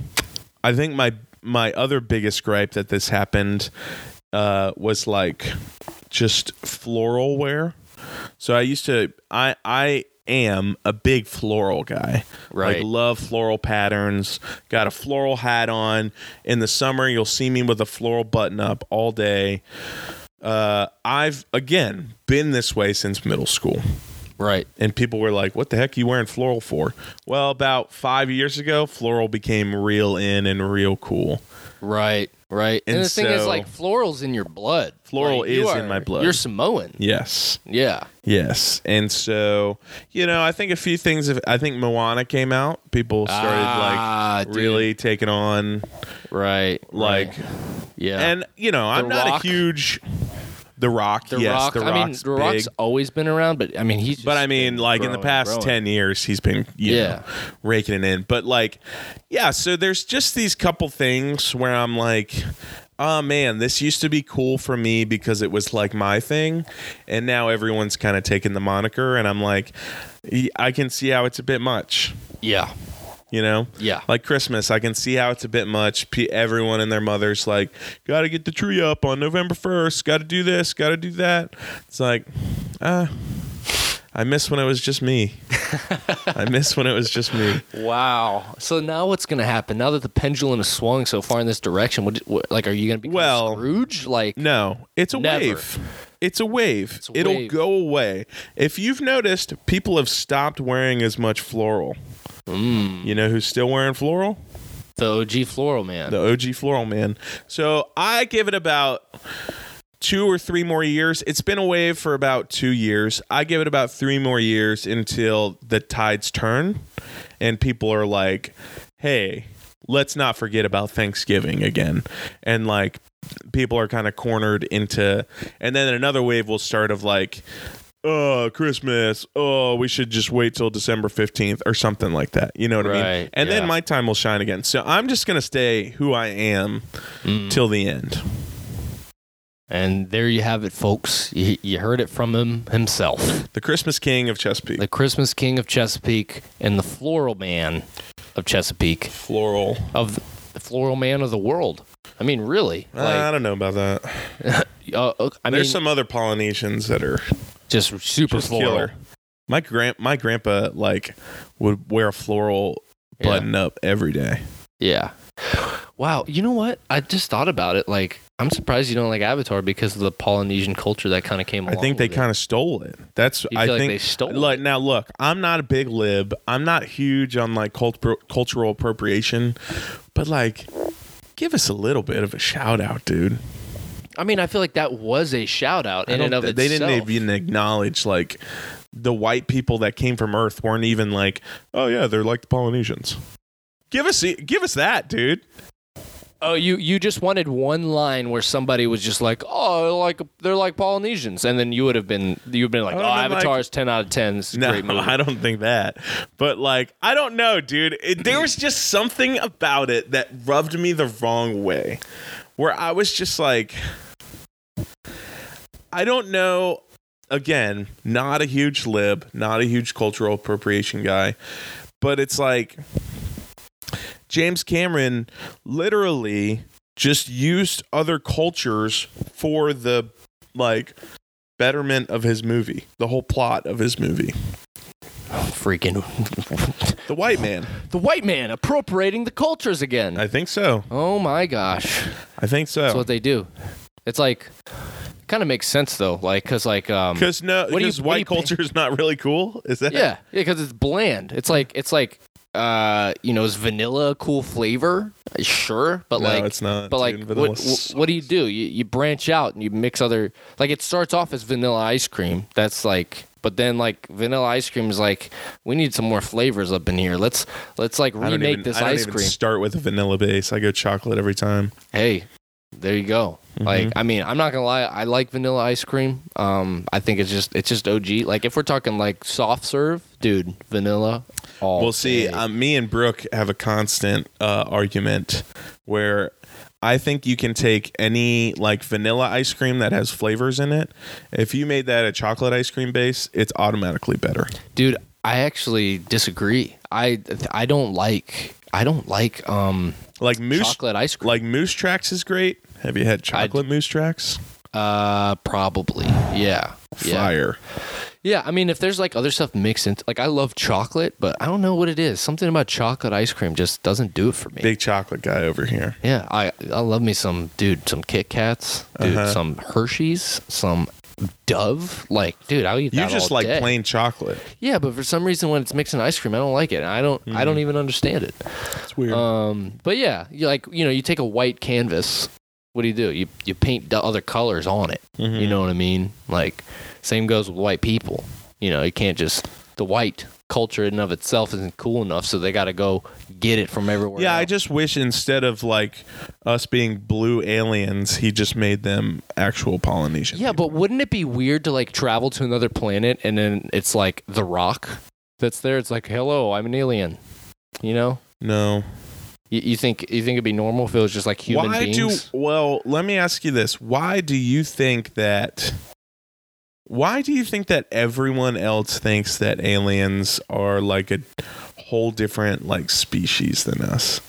B: I think my my other biggest gripe that this happened uh was like just floral wear. So I used to I I am a big floral guy.
A: Right.
B: Like love floral patterns. Got a floral hat on. In the summer you'll see me with a floral button up all day. Uh, I've again been this way since middle school,
A: right.
B: and people were like, "What the heck are you wearing floral for?" Well, about five years ago, floral became real in and real cool.
A: Right. Right. And,
B: And
A: the thing is,
B: so-
A: like, floral's in your blood.
B: Floral
A: Like, you
B: is
A: are-
B: in my blood.
A: You're Samoan.
B: Yes,
A: Yeah.
B: yes, and so you know, I think a few things. Have, I think Moana came out. People started
A: Ah,
B: like
A: dude.
B: really taking on
A: Right.
B: like,
A: right. yeah.
B: and you know, I'm not
A: Rock.
B: a huge The Rock.
A: The
B: yes,
A: Rock.
B: The
A: I mean,
B: Rock's
A: The Rock's
B: big.
A: always been around, but I mean, he's. Just
B: But I mean,
A: been
B: like in
A: growing
B: the
A: and
B: past
A: growing.
B: ten years, he's been you
A: Yeah.
B: know, raking it in. But like, yeah. So there's just these couple things where I'm like, oh man, this used to be cool for me because it was like my thing, and now everyone's kind of taking the moniker, and I'm like, y- I can see how it's a bit much.
A: Yeah.
B: You know,
A: Yeah.
B: Like Christmas, I can see how it's a bit much. P- everyone and their mothers like, gotta get the tree up on November first. Gotta do this. Gotta do that. It's like, ah, I miss when it was just me. I miss when it was just me.
A: Wow. So now what's going to happen? Now that the pendulum is swung so far in this direction, what, what like are you going to be
B: Well,
A: Scrooge? Like
B: No, it's a
A: Never.
B: wave. It's a wave.
A: a
B: It'll
A: wave.
B: go away. If you've noticed, people have stopped wearing as much floral. You know who's still wearing floral?
A: mm, the OG floral man.
B: the OG floral man. So I give it about two or three more years. It's been a wave for about two years. I give it about three more years until the tides turn and people are like, hey, let's not forget about Thanksgiving again. And like, people are kind of cornered into, and then another wave will start of like, Oh, Christmas. Oh, we should just wait till December 15th or something like that. You know what I mean?
A: Right,
B: And
A: yeah.
B: then my time will shine again. So I'm just going to stay who I am
A: Mm.
B: till the end.
A: And there you have it, folks. You, you heard it from him himself,
B: The Christmas King of Chesapeake.
A: the Christmas King of Chesapeake and the floral man of Chesapeake
B: floral.
A: of the floral man of the world. I mean, really?
B: I
A: Like,
B: don't know about that.
A: uh, uh, I mean,
B: There's some other Polynesians that are
A: just super
B: just
A: floral.
B: killer. My grand my grandpa like would wear a floral
A: Yeah.
B: button up every day.
A: Yeah. Wow. You know what? I just thought about it. Like, I'm surprised you don't like Avatar because of the Polynesian culture that kind of came.
B: I
A: along
B: think they
A: with it.
B: kind of stole it. That's
A: You
B: I
A: feel like
B: think
A: they stole
B: Look now, look. I'm not a big lib. I'm not huge on like cult- cultural appropriation, but like, give us a little bit of a shout out, dude.
A: I mean, I feel like that was a shout out
B: I
A: in
B: don't
A: and of
B: th-
A: itself.
B: they didn't even acknowledge like the white people that came from Earth weren't even like, oh yeah, they're like the Polynesians. Give us e, give us that, dude.
A: Oh, you you just wanted one line where somebody was just like, "Oh, like they're like Polynesians," and then you would have been you've been like,
B: I
A: "Oh,
B: would've been like-
A: Avatar is ten out of ten. This is a
B: No,
A: great movie."
B: I don't think that. But like, I don't know, dude. It, there was just something about it that rubbed me the wrong way, where I was just like, I don't know. Again, not a huge lib, not a huge cultural appropriation guy, but it's like James Cameron literally just used other cultures for the like betterment of his movie, the whole plot of his movie.
A: Freaking
B: The white man.
A: the white man appropriating the cultures again.
B: I Oh. think so.
A: oh my gosh.
B: I think
A: That's
B: so.
A: what they do. It's like kind of makes sense though, like cuz like um
B: Because no,
A: What do you-
B: because
A: what do
B: white
A: you pay-
B: culture is not really cool. Is that?
A: yeah, yeah, because it's bland. It's like it's like uh, you know, is vanilla a cool flavor? Sure, but
B: No,
A: like
B: it's not,
A: But
B: dude.
A: like,
B: Vanilla
A: what, what what do you do? You you branch out and you mix other. Like it starts off as vanilla ice cream. That's like. But then, like vanilla ice cream is like, we need some more flavors up in here. Let's let's like
B: I don't
A: remake
B: even,
A: this
B: I don't
A: ice
B: even
A: cream.
B: Start with a vanilla base. I go chocolate every time.
A: hey, there you go.
B: Mm-hmm.
A: Like, I mean, I'm not gonna lie. I like vanilla ice cream. Um, I think it's just it's just OG. Like, if we're talking like soft serve, dude, vanilla. All
B: Well, see,
A: day.
B: um, me and Brooke have a constant uh, argument where I think you can take any like vanilla ice cream that has flavors in it. If you made that a chocolate ice cream base, it's automatically better.
A: dude i actually disagree i i don't like i don't like um
B: Like moose,
A: chocolate ice cream
B: like moose tracks is great. Have you had chocolate moose tracks?
A: uh probably yeah yeah
B: Fire.
A: yeah i mean if there's like other stuff mixed into like i love chocolate but i don't know what it is something about chocolate ice cream just doesn't do it for me
B: Big chocolate guy over here.
A: yeah i i love me some dude some kit kats dude
B: Uh-huh.
A: some hershey's some dove like dude i'll eat
B: You
A: that
B: just
A: all
B: like
A: day.
B: plain chocolate.
A: yeah but for some reason when it's mixed in ice cream i don't like it and i don't i
B: Hmm.
A: don't even understand it
B: It's weird.
A: Um, but yeah, you like you know, you take a white canvas. What do you do? You you paint the other colors on it.
B: Mm-hmm. Hmm.
A: You know what I mean? Like same goes with white people. You know, you can't just the white culture in and of itself isn't cool enough, so they got to go get it from everywhere.
B: Yeah, I
A: else.
B: just wish instead of like us being blue aliens, he just made them actual Polynesian.
A: yeah, but wouldn't it be weird to like travel to another planet and then it's like the rock that's there? It's like, hello, I'm an alien. You know.
B: no.
A: You, you think you think it'd be normal if it was just like human
B: Why
A: beings?
B: do well? Let me ask you this: Why do you think that? Why do you think that everyone else thinks that aliens are like a whole different like species than us?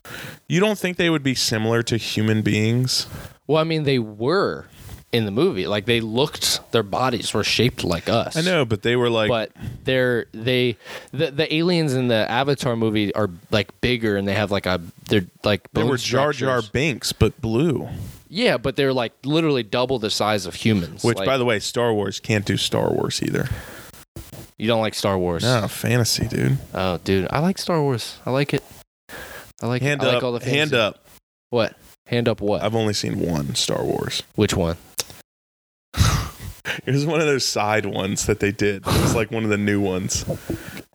B: You don't think they would be similar to human beings?
A: Well, I mean, they were in the movie. Like they looked, their bodies were shaped like us.
B: I know, but they were like
A: but they're they the, the aliens in the Avatar movie are like bigger and they have like a they're like
B: they
A: bone
B: were Jar Jar
A: structures.
B: Binks, but blue.
A: Yeah, but they're like literally double the size of humans.
B: Which,
A: like,
B: by the way, Star Wars can't do Star Wars either.
A: you don't like Star Wars.
B: No, fantasy, dude.
A: Oh, dude, I like Star Wars. I like it. I like
B: Hand
A: I
B: up.
A: like all the
B: hand
A: fantasy-
B: up.
A: What hand up? What?
B: I've only seen one Star Wars.
A: Which one?
B: It was one of those side ones that they did. It was like one of the new ones.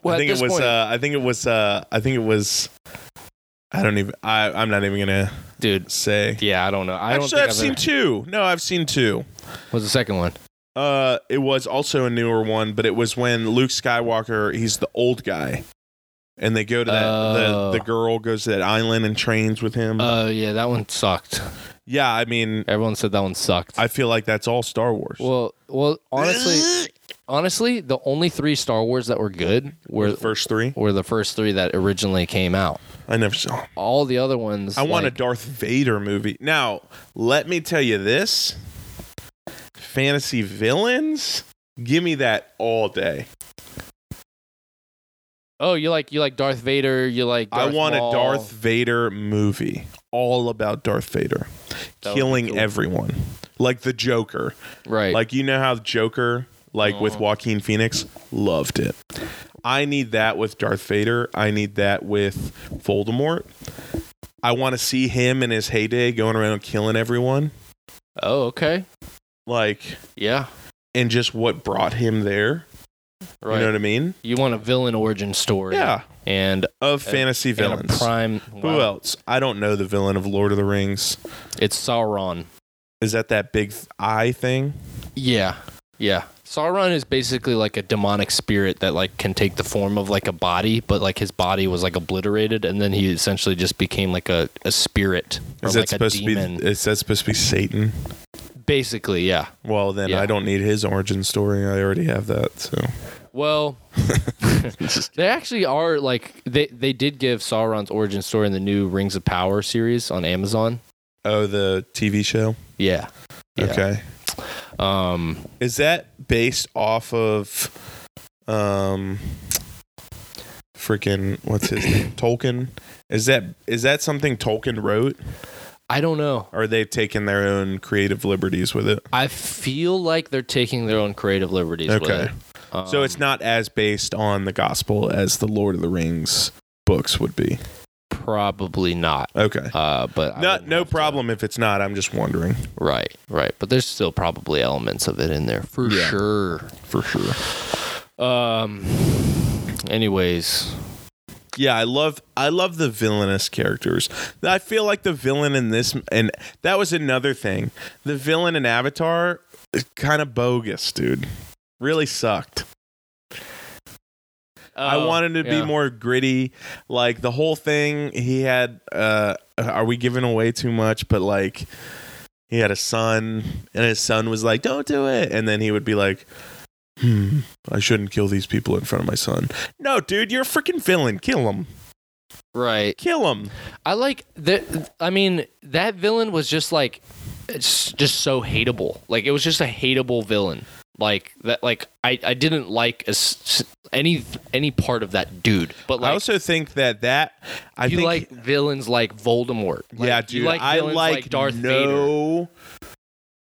A: Well,
B: I
A: at
B: think it
A: this
B: was.
A: point-
B: Uh, I think it was. Uh, I think it was. I don't even. I, I'm not even gonna
A: dude.
B: say.
A: Yeah, I don't know. I don't
B: Actually,
A: think
B: I've seen
A: ever-
B: two. No, I've seen two.
A: What's the second one?
B: Uh, it was also a newer one, but it was when Luke Skywalker. He's the old guy, and they go to that.
A: Oh.
B: The, the girl goes to that island and trains with him.
A: Oh yeah, that one sucked.
B: yeah, I mean,
A: Everyone said that one sucked.
B: I feel like that's all Star Wars.
A: well, well, honestly, honestly, the only three Star Wars that were good were
B: the first three.
A: were the first three that originally came out.
B: I never saw.
A: All the other ones,
B: I want a
A: like,
B: Darth Vader movie. Now, let me tell you this fantasy villains, give me that all day.
A: Oh, you like you like Darth Vader? You like Darth
B: I want
A: Maul.
B: a Darth Vader movie, all about Darth Vader
A: That would be
B: killing
A: cool.
B: everyone, like the Joker.
A: right? Oh.
B: Like, you know how the Joker, like with Joaquin Phoenix, loved it. I need that with Darth Vader. I need that with Voldemort. I want to see him in his heyday going around killing everyone.
A: oh, okay,
B: Like,
A: yeah,
B: and just what brought him there.
A: right.
B: You
A: You,
B: know what I mean?
A: want a villain origin story?
B: Yeah.
A: and,
B: Of fantasy
A: and a
B: villains.
A: prime.
B: Who
A: wow.
B: else? I don't know the villain of Lord of the Rings.
A: It's Sauron.
B: Is that that big th- eye thing?
A: Yeah. Yeah. Sauron is basically like a demonic spirit that like can take the form of like a body, but like his body was like obliterated and then he essentially just became like a, a spirit or
B: Is
A: like
B: that supposed
A: a
B: to be?
A: demon.
B: Is that supposed to be Satan?
A: basically, yeah.
B: Well, then
A: Yeah.
B: I don't need his origin story. I already have that. So
A: Well, they actually are like they they did give Sauron's origin story in the new Rings of Power series on Amazon.
B: Oh, the TV show.
A: Yeah. Yeah.
B: Okay.
A: Um.
B: Is that based off of um freaking what's his name? Tolkien? Is that is that something Tolkien wrote
A: I don't know.
B: or they've taken their own creative liberties with it?
A: I feel like they're taking their own creative liberties. With
B: Okay.
A: it. Um,
B: so it's not as based on the gospel as the Lord of the Rings books would be.
A: probably not.
B: Okay.
A: Uh, but I
B: No,
A: wouldn't
B: no
A: have to-
B: problem if it's not. I'm just wondering
A: Right, right. But there's still probably elements of it in there for
B: Yeah.
A: sure.
B: for sure.
A: Um. Anyways,
B: Yeah, I love I love the villainous characters. I feel like the villain in this and that was another thing. The villain in Avatar is kind of bogus, dude. Really sucked. I
A: Oh,
B: wanted to
A: yeah.
B: be more gritty. Like the whole thing, he had uh are we giving away too much, but like he had a son and his son was like, "Don't do it." And then he would be like, "Hmm, I shouldn't kill these people in front of my son." No, dude, you're a freaking villain. Kill him.
A: right.
B: Kill him.
A: I like that. I mean, that villain was just like, it's just so hateable. Like it was just a hateable villain. Like that. Like I, I didn't like a s- s- any any part of that dude. But like
B: I also think that that I
A: you
B: think
A: like villains like Voldemort. Like,
B: yeah, dude.
A: You like
B: I
A: villains
B: like,
A: Darth Vader.
B: no.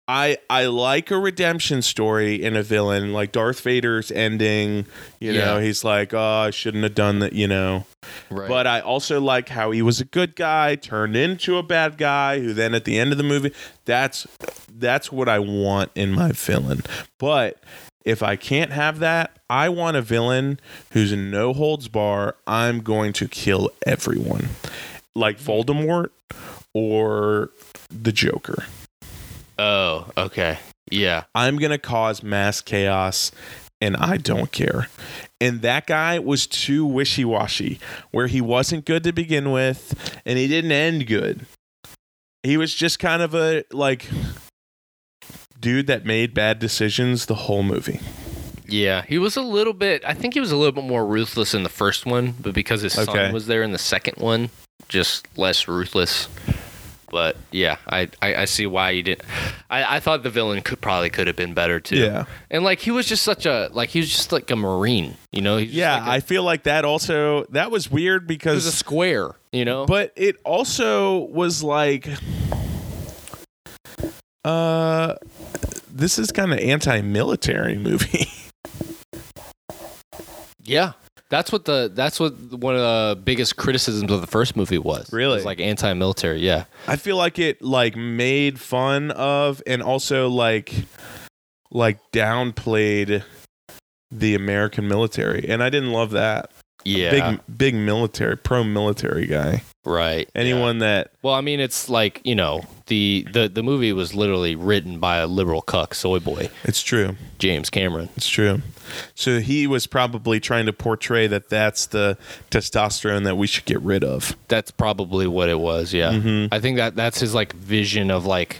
B: I I like a redemption story in a villain like Darth Vader's ending. You
A: Yeah.
B: know, he's like, oh, I shouldn't have done that. You know,
A: Right.
B: but I also like how he was a good guy turned into a bad guy who then at the end of the movie that's that's what I want in my villain. But if I can't have that, I want a villain who's no holds bar. I'm going to kill everyone. Like Voldemort or the Joker.
A: oh, okay. Yeah.
B: I'm going to cause mass chaos and I don't care. And that guy was too wishy washy, where he wasn't good to begin with and he didn't end good. He was just kind of a like dude that made bad decisions the whole movie.
A: Yeah. He was a little bit. I think he was a little bit more ruthless in the first one, but because his
B: Okay.
A: son was there in the second one, just less ruthless. But yeah, I, I, I see why you didn't. I, I thought the villain could probably could have been better too. And like he was just such a like he was just like a marine, you know. He was just
B: Yeah,
A: like a-
B: I feel like that also that was weird
A: he was
B: because
A: a square, you know.
B: but it also was like uh this is kind of anti-military movie.
A: Yeah. That's what the that's what one of the biggest criticisms of the first movie was.
B: Really?
A: It was like anti-military, yeah.
B: I feel like it like made fun of and also like like downplayed the American military, and I didn't love that.
A: Yeah.
B: Big big military, pro military guy.
A: right. yeah.
B: Anyone that
A: Well, I mean it's like, you know, the the the movie was literally written by a liberal cuck soy boy,
B: it's true,
A: James Cameron.
B: it's true. So he was probably trying to portray that that's the testosterone that we should get rid of.
A: That's probably what it was, yeah.
B: Mhm.
A: I think that that's his like vision of like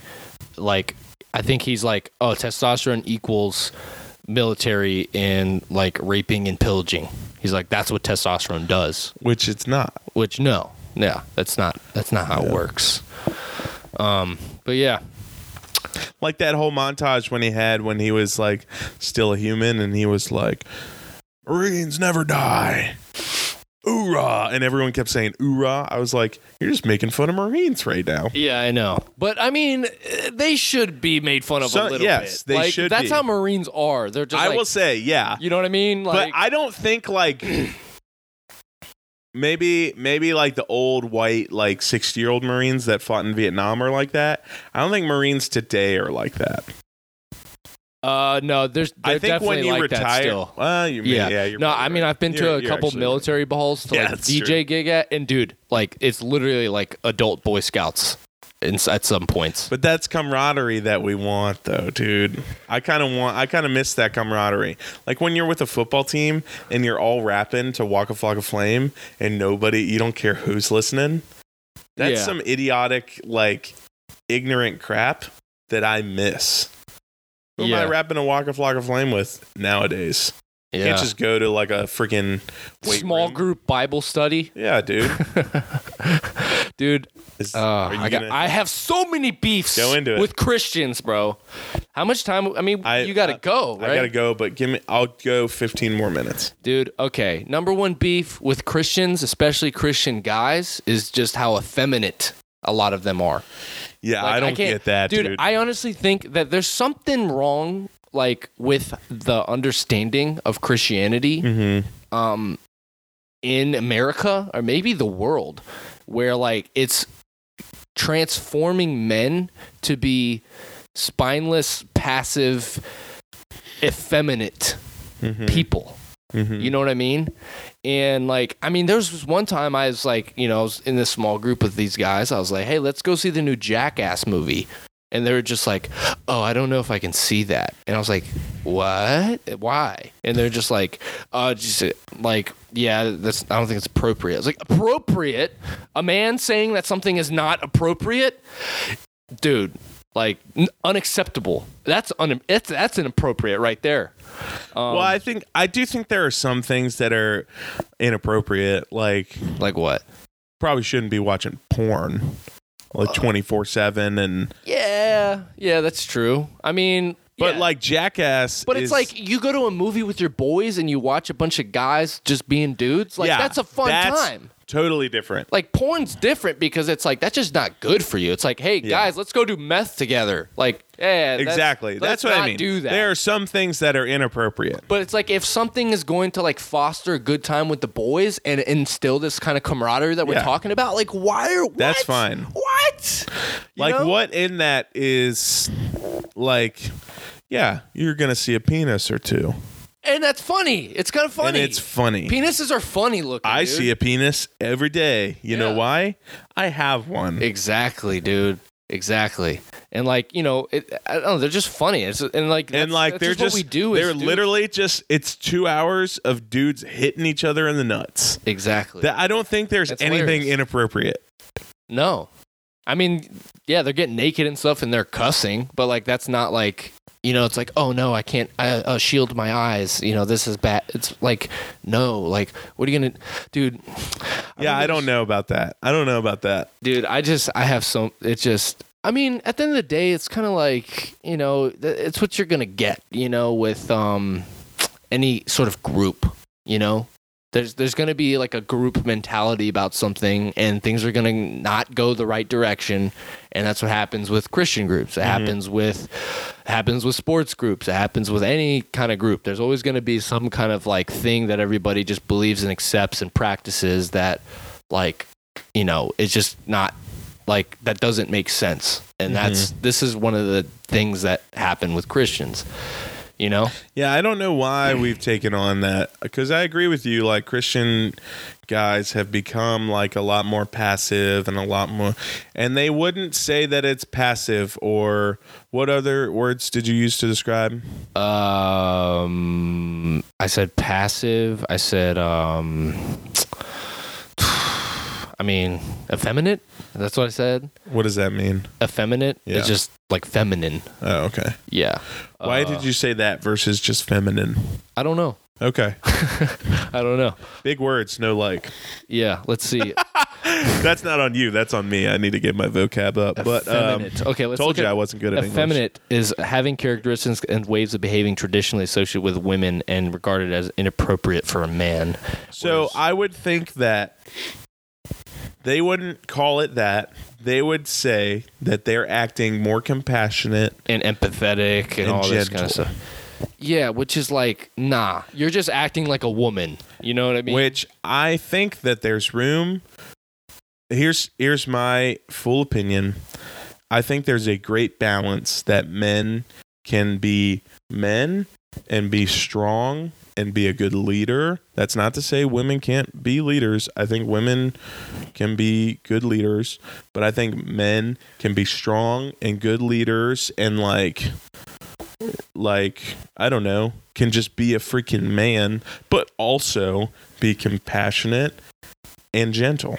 A: like I think he's like, oh, testosterone equals military and like raping and pillaging. He's like that's what testosterone does.
B: Which it's not.
A: which no yeah that's not that's not how it works um but yeah
B: Like that whole montage when he had when he was like still a human and he was like, Marines never die. Oorah. And everyone kept saying oorah. I was like, you're just making fun of Marines right now.
A: yeah i know but i mean eh, they should be made fun of
B: So-
A: a little
B: yes,
A: bit
B: they
A: Like,
B: should
A: that's
B: be.
A: how marines are they're just
B: I
A: like
B: will say, yeah.
A: you know what i mean like
B: but I don't think like maybe maybe like the old white like 60 year old Marines that fought in Vietnam are like that. I don't think Marines today are like that.
A: uh no there's
B: I
A: they're
B: think
A: definitely
B: when you
A: like that
B: retire,
A: still
B: well, you may-
A: yeah,
B: yeah, you're
A: no.
B: probably
A: I mean,
B: right.
A: I've been
B: You're-
A: to a
B: you're
A: couple
B: actually right.
A: military balls to
B: Yeah,
A: like
B: that's
A: DJ
B: true.
A: gig at, and dude, like it's literally like adult Boy Scouts, in, at some points.
B: But that's camaraderie that we want, though, dude. I kind of want, I kind of miss that camaraderie. Like when you're with a football team and you're all rapping to Walk a Flock of Flame and nobody, you don't care who's listening. That's
A: Yeah.
B: some idiotic, like, ignorant crap that I miss. Who
A: Yeah.
B: am I rapping to Walk a Flock of Flame with nowadays? You
A: Yeah.
B: can't just go to like a freaking weight
A: Small
B: room.
A: group Bible study,
B: Yeah, dude.
A: dude.
B: Is-
A: Uh,
B: are you
A: I, got,
B: gonna-
A: I have so many beefs
B: Go into it.
A: with Christians, bro. How much time? I mean,
B: I-
A: you got to
B: I-
A: go, right?
B: I gotta go, but give me. I'll go 15 more minutes.
A: Dude, okay. Number one beef with Christians, especially Christian guys, is just how effeminate a lot of them are.
B: Yeah,
A: Like,
B: I don't
A: can't-
B: get that, dude.
A: I honestly think that there's something wrong, like with the understanding of Christianity,
B: Mhm.
A: um, in America or maybe the world, where like it's transforming men to be spineless, passive, effeminate
B: Mhm.
A: people.
B: Mhm.
A: You know what I mean? And like, I mean, there was this one time I was like, you know, I was in this small group with these guys. I was like, hey, let's go see the new Jackass movie. And they were just like, oh, I don't know if I can see that. And I was like, what? Why? And they're just like, uh, just uh, like, yeah, that's, I don't think it's appropriate. I was like, appropriate? A man saying that something is not appropriate? Dude, like, n- unacceptable. That's, un- it's, that's inappropriate right there. Um,
B: well, I think I do think there are some things that are inappropriate. Like
A: Like what?
B: probably shouldn't be watching porn, like 24 seven, and
A: Yeah, yeah, that's true. I mean,
B: but
A: yeah.
B: like Jackass.
A: but it's
B: is-
A: like you go to a movie with your boys and you watch a bunch of guys just being dudes. Like
B: Yeah,
A: that's a fun
B: that's
A: time.
B: Totally different.
A: Like porn's different because it's like that's just not good for you. It's like, hey guys, let's go do meth together. Like, yeah, that's-
B: Exactly.
A: let's
B: That's what
A: not
B: I mean.
A: Do that.
B: There are some things that are inappropriate.
A: But it's like if something is going to like foster a good time with the boys and instill this kind of camaraderie that we're
B: Yeah.
A: talking about, like why are
B: That's
A: what?
B: fine.
A: What? You
B: like
A: know?
B: what in that is like yeah, you're gonna see a penis or two.
A: And that's funny. It's kind of
B: And
A: funny.
B: it's funny.
A: Penises are funny looking.
B: I
A: dude.
B: see a penis every day. You know
A: Yeah.
B: why? I have one.
A: Exactly, dude. Exactly. And like you know, it, I don't know. They're just funny. It's and like that's-
B: and like
A: that's
B: they're just,
A: what we do. is
B: they're
A: do-
B: literally just it's two hours of dudes hitting each other in the nuts.
A: exactly
B: That I don't think there's
A: That's
B: anything
A: hilarious.
B: inappropriate.
A: no. I mean, yeah, they're getting naked and stuff, and they're cussing, but like that's not like you know, it's like oh no, I can't I, uh, shield my eyes. You know, this is bad. It's like no, like what are you gonna, dude?
B: Yeah, I don't know about that. I don't know about that.
A: dude i just i have so it just i mean at the end of the day it's kind of like you know th- it's what you're gonna get you know with um any sort of group you know there's there's gonna be like a group mentality about something and things are gonna not go the right direction and that's what happens with christian groups it happens with happens with sports groups it happens with any kind of group there's always gonna be some kind of like thing that everybody just believes and accepts and practices that like you know, it's just not like that doesn't make sense. And that's this is one of the things that happen with Christians. You know?
B: Yeah, I don't know why we've taken on that because I agree with you. Like Christian guys have become like a lot more passive and a lot more, and they wouldn't say that it's passive or what other words did you use to describe?
A: Um I said passive, I said um I mean, effeminate? That's what I said.
B: What does that mean?
A: Effeminate.
B: Yeah.
A: It's just like feminine.
B: Oh, okay.
A: Yeah.
B: Why
A: Uh,
B: did you say that versus just feminine?
A: I don't know.
B: Okay,
A: I don't know.
B: big words, no like.
A: Yeah, let's see.
B: That's not on you. That's on me. I need to get my vocab up. But um,
A: Effeminate. okay, let's
B: told
A: look
B: you
A: at-
B: I wasn't good at English.
A: effeminate is having characteristics and ways of behaving traditionally associated with women and regarded as inappropriate for a man.
B: So
A: Whereas-
B: I would think that they wouldn't call it that. They would say that they're acting more compassionate.
A: and empathetic and,
B: And
A: all this kind of
B: gentle.
A: stuff. Yeah, which is like, nah, you're just acting like a woman. You know what I mean?
B: Which I think that there's room. Here's here's my full opinion. I think there's a great balance that men can be men and be strong and be a good leader. That's not to say women can't be leaders. I think women can be good leaders, but I think men can be strong and good leaders and like like I don't know, can just be a freaking man, but also be compassionate and gentle.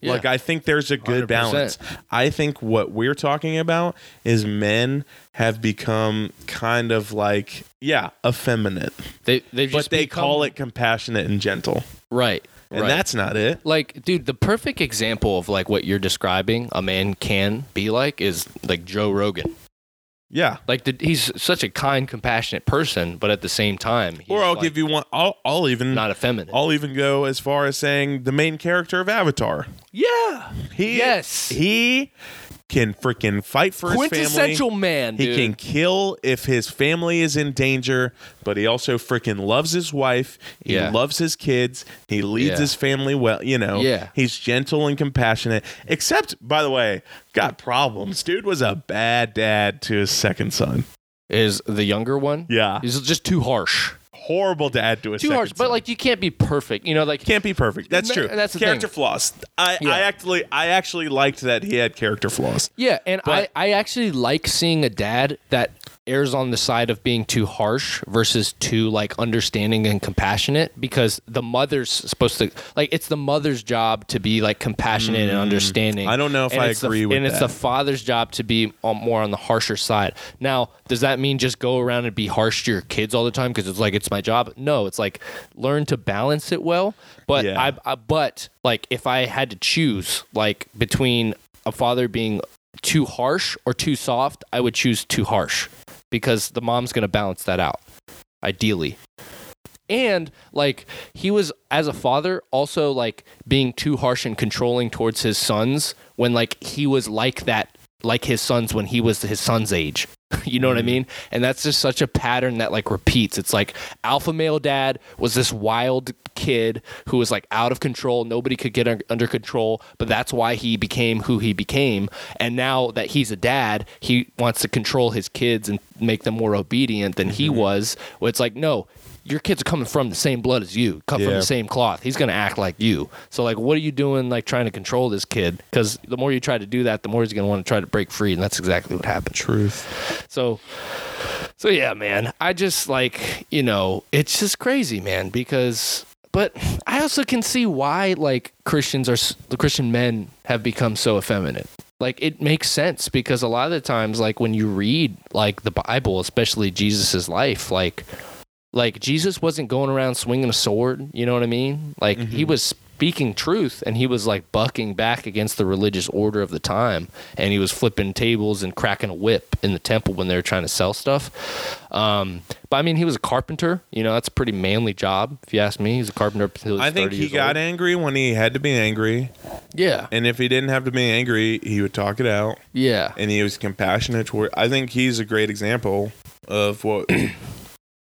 A: Yeah.
B: Like I think there's a good
A: 100%.
B: balance. I think what we're talking about is men have become kind of like yeah, effeminate,
A: They they
B: but
A: just
B: they
A: become-
B: call it compassionate and gentle,
A: right.
B: and
A: right.
B: that's not it.
A: like dude the perfect example of like what you're describing a man can be like is like joe rogan
B: Yeah.
A: like the, he's such a kind compassionate person but at the same time he's
B: Or I'll
A: like,
B: give you one. I'll, I'll even
A: not effeminate
B: I'll even go as far as saying the main character of Avatar.
A: yeah
B: He
A: Yes.
B: he can freaking fight for his family.
A: quintessential man
B: He
A: dude.
B: can kill if his family is in danger, but he also freaking loves his wife. He
A: Yeah.
B: loves his kids. He leads
A: Yeah.
B: his family well. You know,
A: Yeah.
B: he's gentle and compassionate. Except, by the way, got problems. Dude was a bad dad to his second son.
A: is the younger one
B: Yeah.
A: he's just too harsh
B: Horrible dad to his
A: too
B: second
A: harsh
B: son.
A: but like you can't be perfect you know like
B: can't be perfect. That's
A: Ma-
B: true.
A: that's the
B: character
A: thing.
B: flaws. I,
A: Yeah.
B: I actually I actually liked that he had character flaws.
A: yeah and
B: But-
A: i i actually like seeing a dad that errs on the side of being too harsh versus too like understanding and compassionate because the mother's supposed to like it's the mother's job to be like compassionate and understanding
B: Mm. I don't know if
A: And
B: I
A: it's the-
B: agree with
A: and it's
B: that.
A: the father's job to be on, more on the harsher side now does that mean just go around and be harsh to your kids all the time because it's like it's my job no it's like learn to balance it well but
B: Yeah.
A: I, I but like if i had to choose like between a father being too harsh or too soft i would choose too harsh because the mom's going to balance that out ideally and like he was as a father also like being too harsh and controlling towards his sons when like he was like that like his sons when he was his son's age you know what i mean and that's just such a pattern that like repeats it's like alpha male dad was this wild kid who was like out of control nobody could get un- under control but that's why he became who he became and now that he's a dad he wants to control his kids and make them more obedient than he was Well, it's like no your kids are coming from the same blood as you, come from
B: Yeah.
A: the same cloth. He's gonna act like you. So like, what are you doing? Like trying to control this kid? Because the more you try to do that, the more he's gonna want to try to break free, and that's exactly what happened.
B: Truth.
A: So, so yeah, man. I just like you know, it's just crazy, man. Because, but I also can see why like Christians are s- the Christian men have become so effeminate. Like it makes sense because a lot of the times, like when you read like the Bible, especially Jesus's life, like like Jesus wasn't going around swinging a sword, you know what I mean? Like he
B: Mm-hmm.
A: was speaking truth and he was like bucking back against the religious order of the time and he was flipping tables and cracking a whip in the temple when they were trying to sell stuff. Um, but I mean he was a carpenter, you know, that's a pretty manly job if you ask me. He's a carpenter up until he was
B: I think
A: 30
B: he
A: years
B: got
A: old.
B: angry when he had to be angry,
A: Yeah.
B: and if he didn't have to be angry, he would talk it out,
A: Yeah.
B: and he was compassionate toward. I think he's a great example of what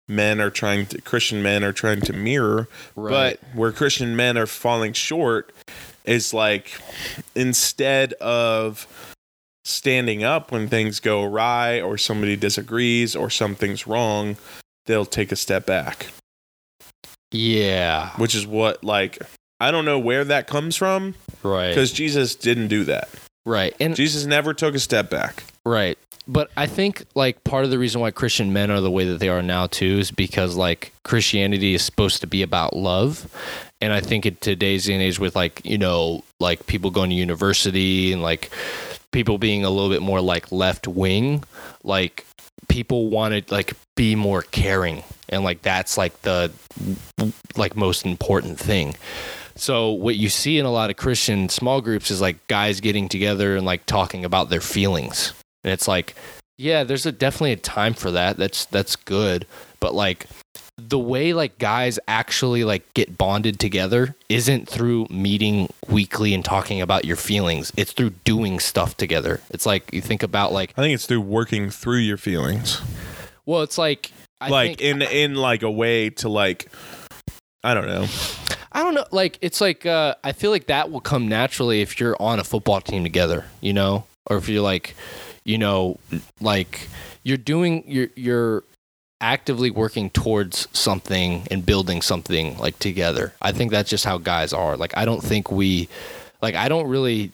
B: men are trying to Christian men are trying to mirror,
A: Right.
B: but where Christian men are falling short is like instead of standing up when things go awry or somebody disagrees or something's wrong, they'll take a step back,
A: yeah.
B: which is what like I don't know where that comes from
A: Right.
B: because Jesus didn't do that.
A: Right. And
B: Jesus never took a step back.
A: Right. But I think like part of the reason why Christian men are the way that they are now too is because like Christianity is supposed to be about love. And I think in today's day and age with like, you know, like people going to university and like people being a little bit more like left wing, like people want to like be more caring and like that's like the like most important thing. So what you see in a lot of Christian small groups is like guys getting together and like talking about their feelings. And it's like, yeah, there's a definitely a time for that. That's that's good. But like the way like guys actually like get bonded together isn't through meeting weekly and talking about your feelings. It's through doing stuff together. It's like you think about like
B: I think it's through working through your feelings.
A: well, it's like I
B: like
A: think,
B: in in like a way to like I don't know.
A: I don't know. Like it's like uh, I feel like that will come naturally if you're on a football team together, you know, or if you're like, you know, like you're doing you're you're actively working towards something and building something like together. I think that's just how guys are. Like I don't think we, like I don't really.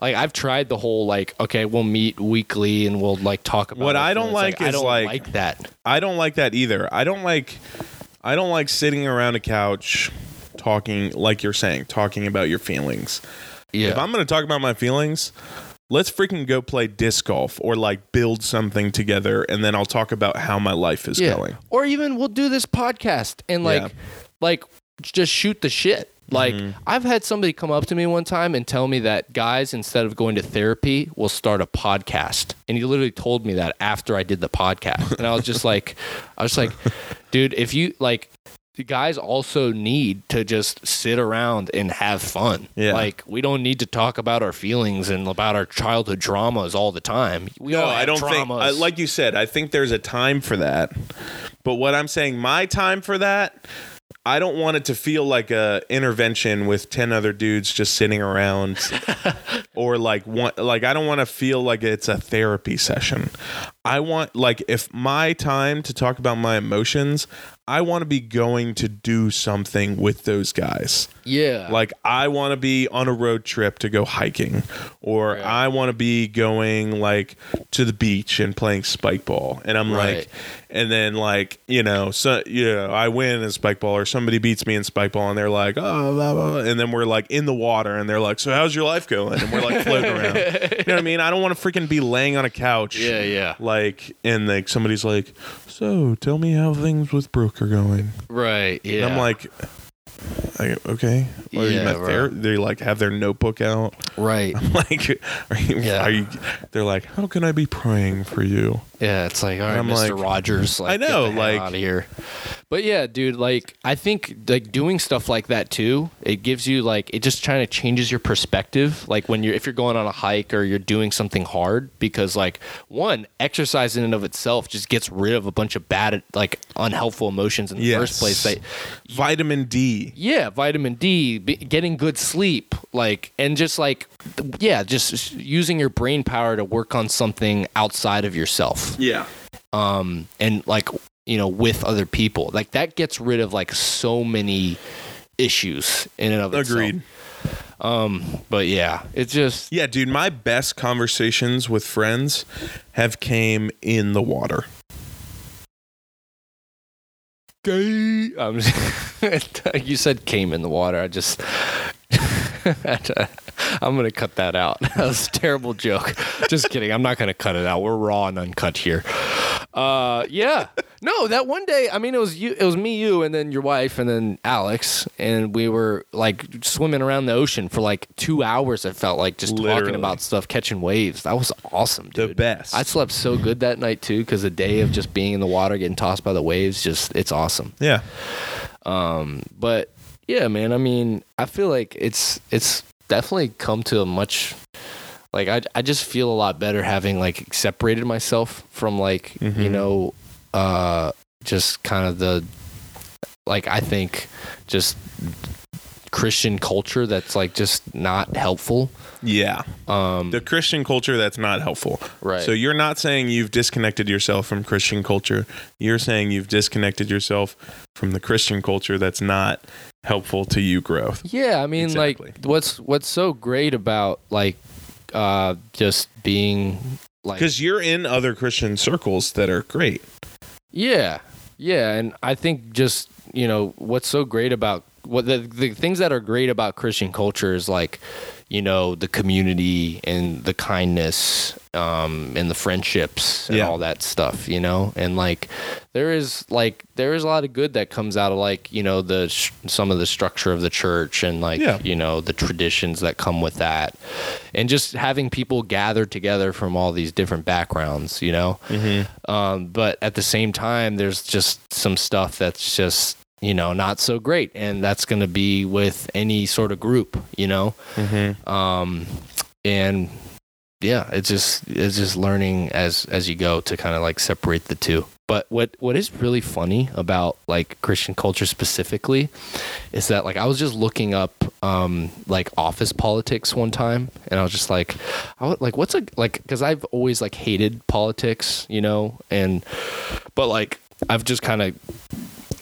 A: Like I've tried the whole like okay we'll meet weekly and we'll like talk about
B: What
A: our
B: I don't
A: feelings.
B: like
A: I
B: is,
A: don't
B: like-
A: like that
B: I don't like that either. I don't like I don't like sitting around a couch talking like you're saying, talking about your feelings.
A: Yeah.
B: If I'm going to talk about my feelings, let's freaking go play disc golf or like build something together, and then I'll talk about how my life is going.
A: Or even we'll do this podcast and like
B: Yeah.
A: like just shoot the shit. Like
B: Mm-hmm.
A: I've had somebody come up to me one time and tell me that guys instead of going to therapy will start a podcast. And he literally told me that after I did the podcast. And I was just like I was like dude, if you like the guys also need to just sit around and have fun.
B: Yeah.
A: Like we don't need to talk about our feelings and about our childhood dramas all the time. We
B: No,
A: all have
B: I don't think.
A: traumas.
B: I, like you said, I think there's a time for that. But what I'm saying, my time for that, I don't want it to feel like a intervention with ten other dudes just sitting around, or like one. Like I don't want to feel like it's a therapy session. I want like if my time to talk about my emotions, I want to be going to do something with those guys.
A: yeah.
B: Like I want to be on a road trip to go hiking, or I want to be going like to the beach and playing spike ball. And I'm
A: Right.
B: like, and then like you know, so you know, I win in spike ball, or somebody beats me in spike ball, and they're like, oh, blah, blah, blah. and then we're like in the water, and they're like, so how's your life going? And we're like floating around. You know what I mean? I don't want to freaking be laying on a couch.
A: Yeah, yeah.
B: Like and like somebody's like, so tell me how things with Brooke are going.
A: Right. Yeah.
B: And I'm like, I, okay. Are you
A: Yeah,
B: my ther- they like have their notebook out.
A: right.
B: like, are you,
A: Yeah.
B: are you? They're like, how can I be praying for you?
A: Yeah, it's like all right,
B: I'm
A: Mr.
B: like-
A: Rogers. Like,
B: I know, like-
A: out of here. But yeah, dude, like I think like doing stuff like that too. It gives you like it just kind of changes your perspective. Like when you're if you're going on a hike or you're doing something hard, because like one exercise in and of itself just gets rid of a bunch of bad like unhelpful emotions in the first place.
B: Yes.
A: That
B: Vitamin D.
A: yeah, vitamin D, b- getting good sleep, like, and just like, th- yeah, just using your brain power to work on something outside of yourself
B: Yeah.
A: um, and like you know with other people like that gets rid of like so many issues in and of
B: Agreed.
A: itself um but yeah it's just
B: Yeah, dude. My best conversations with friends have came in the water.
A: gay I'm just, you said came in the water i just i'm gonna cut that out that was a terrible joke just kidding i'm not gonna cut it out we're raw and uncut here uh yeah no that one day i mean it was you it was me you and then your wife and then alex and we were like swimming around the ocean for like two hours it felt like just talking
B: Literally.
A: about stuff catching waves that was awesome dude
B: The best.
A: I slept so good that night too because the day of just being in the water, getting tossed by the waves, just it's awesome.
B: yeah.
A: Um, but yeah, man, I mean, I feel like it's it's definitely come to a much like I I just feel a lot better having like separated myself from like you
B: Mhm.
A: know uh just kind of the like I think just Christian culture that's like just not helpful.
B: Yeah.
A: Um,
B: The Christian culture that's not helpful.
A: right.
B: So you're not saying you've disconnected yourself from Christian culture. You're saying you've disconnected yourself from the Christian culture that's not helpful to you growth.
A: Yeah, I mean, like,
B: Exactly.
A: what's what's so great about like uh just being like,
B: Because you're in other Christian circles that are great.
A: yeah, yeah, and I think just you know what's so great about what the the things that are great about Christian culture is like you know the community and the kindness um and the friendships and
B: Yeah.
A: all that stuff you know and like there is like there is a lot of good that comes out of like you know the sh- some of the structure of the church and like
B: Yeah.
A: you know the traditions that come with that and just having people gather together from all these different backgrounds you know um, but at the same time there's just some stuff that's just you know not so great and that's going to be with any sort of group you know
B: Mm-hmm.
A: um and yeah it's just it's just learning as as you go to kind of like separate the two but what what is really funny about like christian culture specifically is that like i was just looking up um like office politics one time and i was just like i was like what's a like because i've always like hated politics you know and but like i've just kind of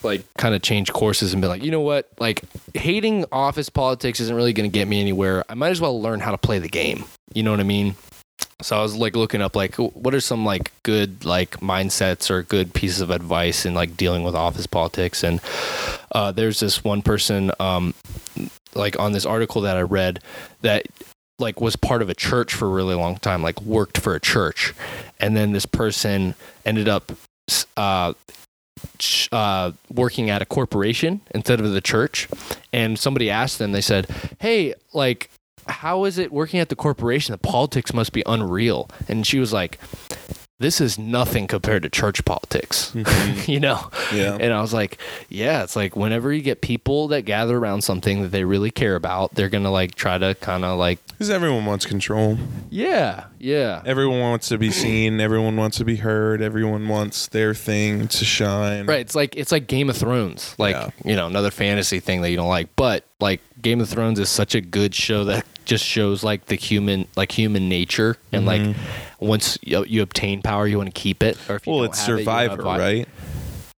A: like kind of change courses and be like, you know what? Like hating office politics isn't really going to get me anywhere. I might as well learn how to play the game. You know what I mean? So I was like looking up like what are some like good like mindsets or good pieces of advice in like dealing with office politics and uh, there's this one person um, like on this article that I read that like was part of a church for a really long time, like worked for a church, and then this person ended up uh, ch- uh, working at a corporation instead of the church. And somebody asked them, they said, "Hey, like, how is it working at the corporation? The politics must be unreal." And she was like. This is nothing compared to church politics, you know.
B: Yeah.
A: And I was like, yeah, it's like whenever you get people that gather around something that they really care about, they're gonna like try to kind of like
B: Because everyone wants control.
A: yeah, yeah.
B: Everyone wants to be seen. Everyone wants to be heard. Everyone wants their thing to shine.
A: Right. It's like it's like Game of Thrones. Like,
B: Yeah.
A: you know, another fantasy thing that you don't like. But like Game of Thrones is such a good show that just shows like the human like human nature and like once you, you obtain power you want to keep it or if you
B: Mm-hmm. Well,
A: don't
B: it's
A: have it, you wanna
B: Survivor,
A: have it.
B: right?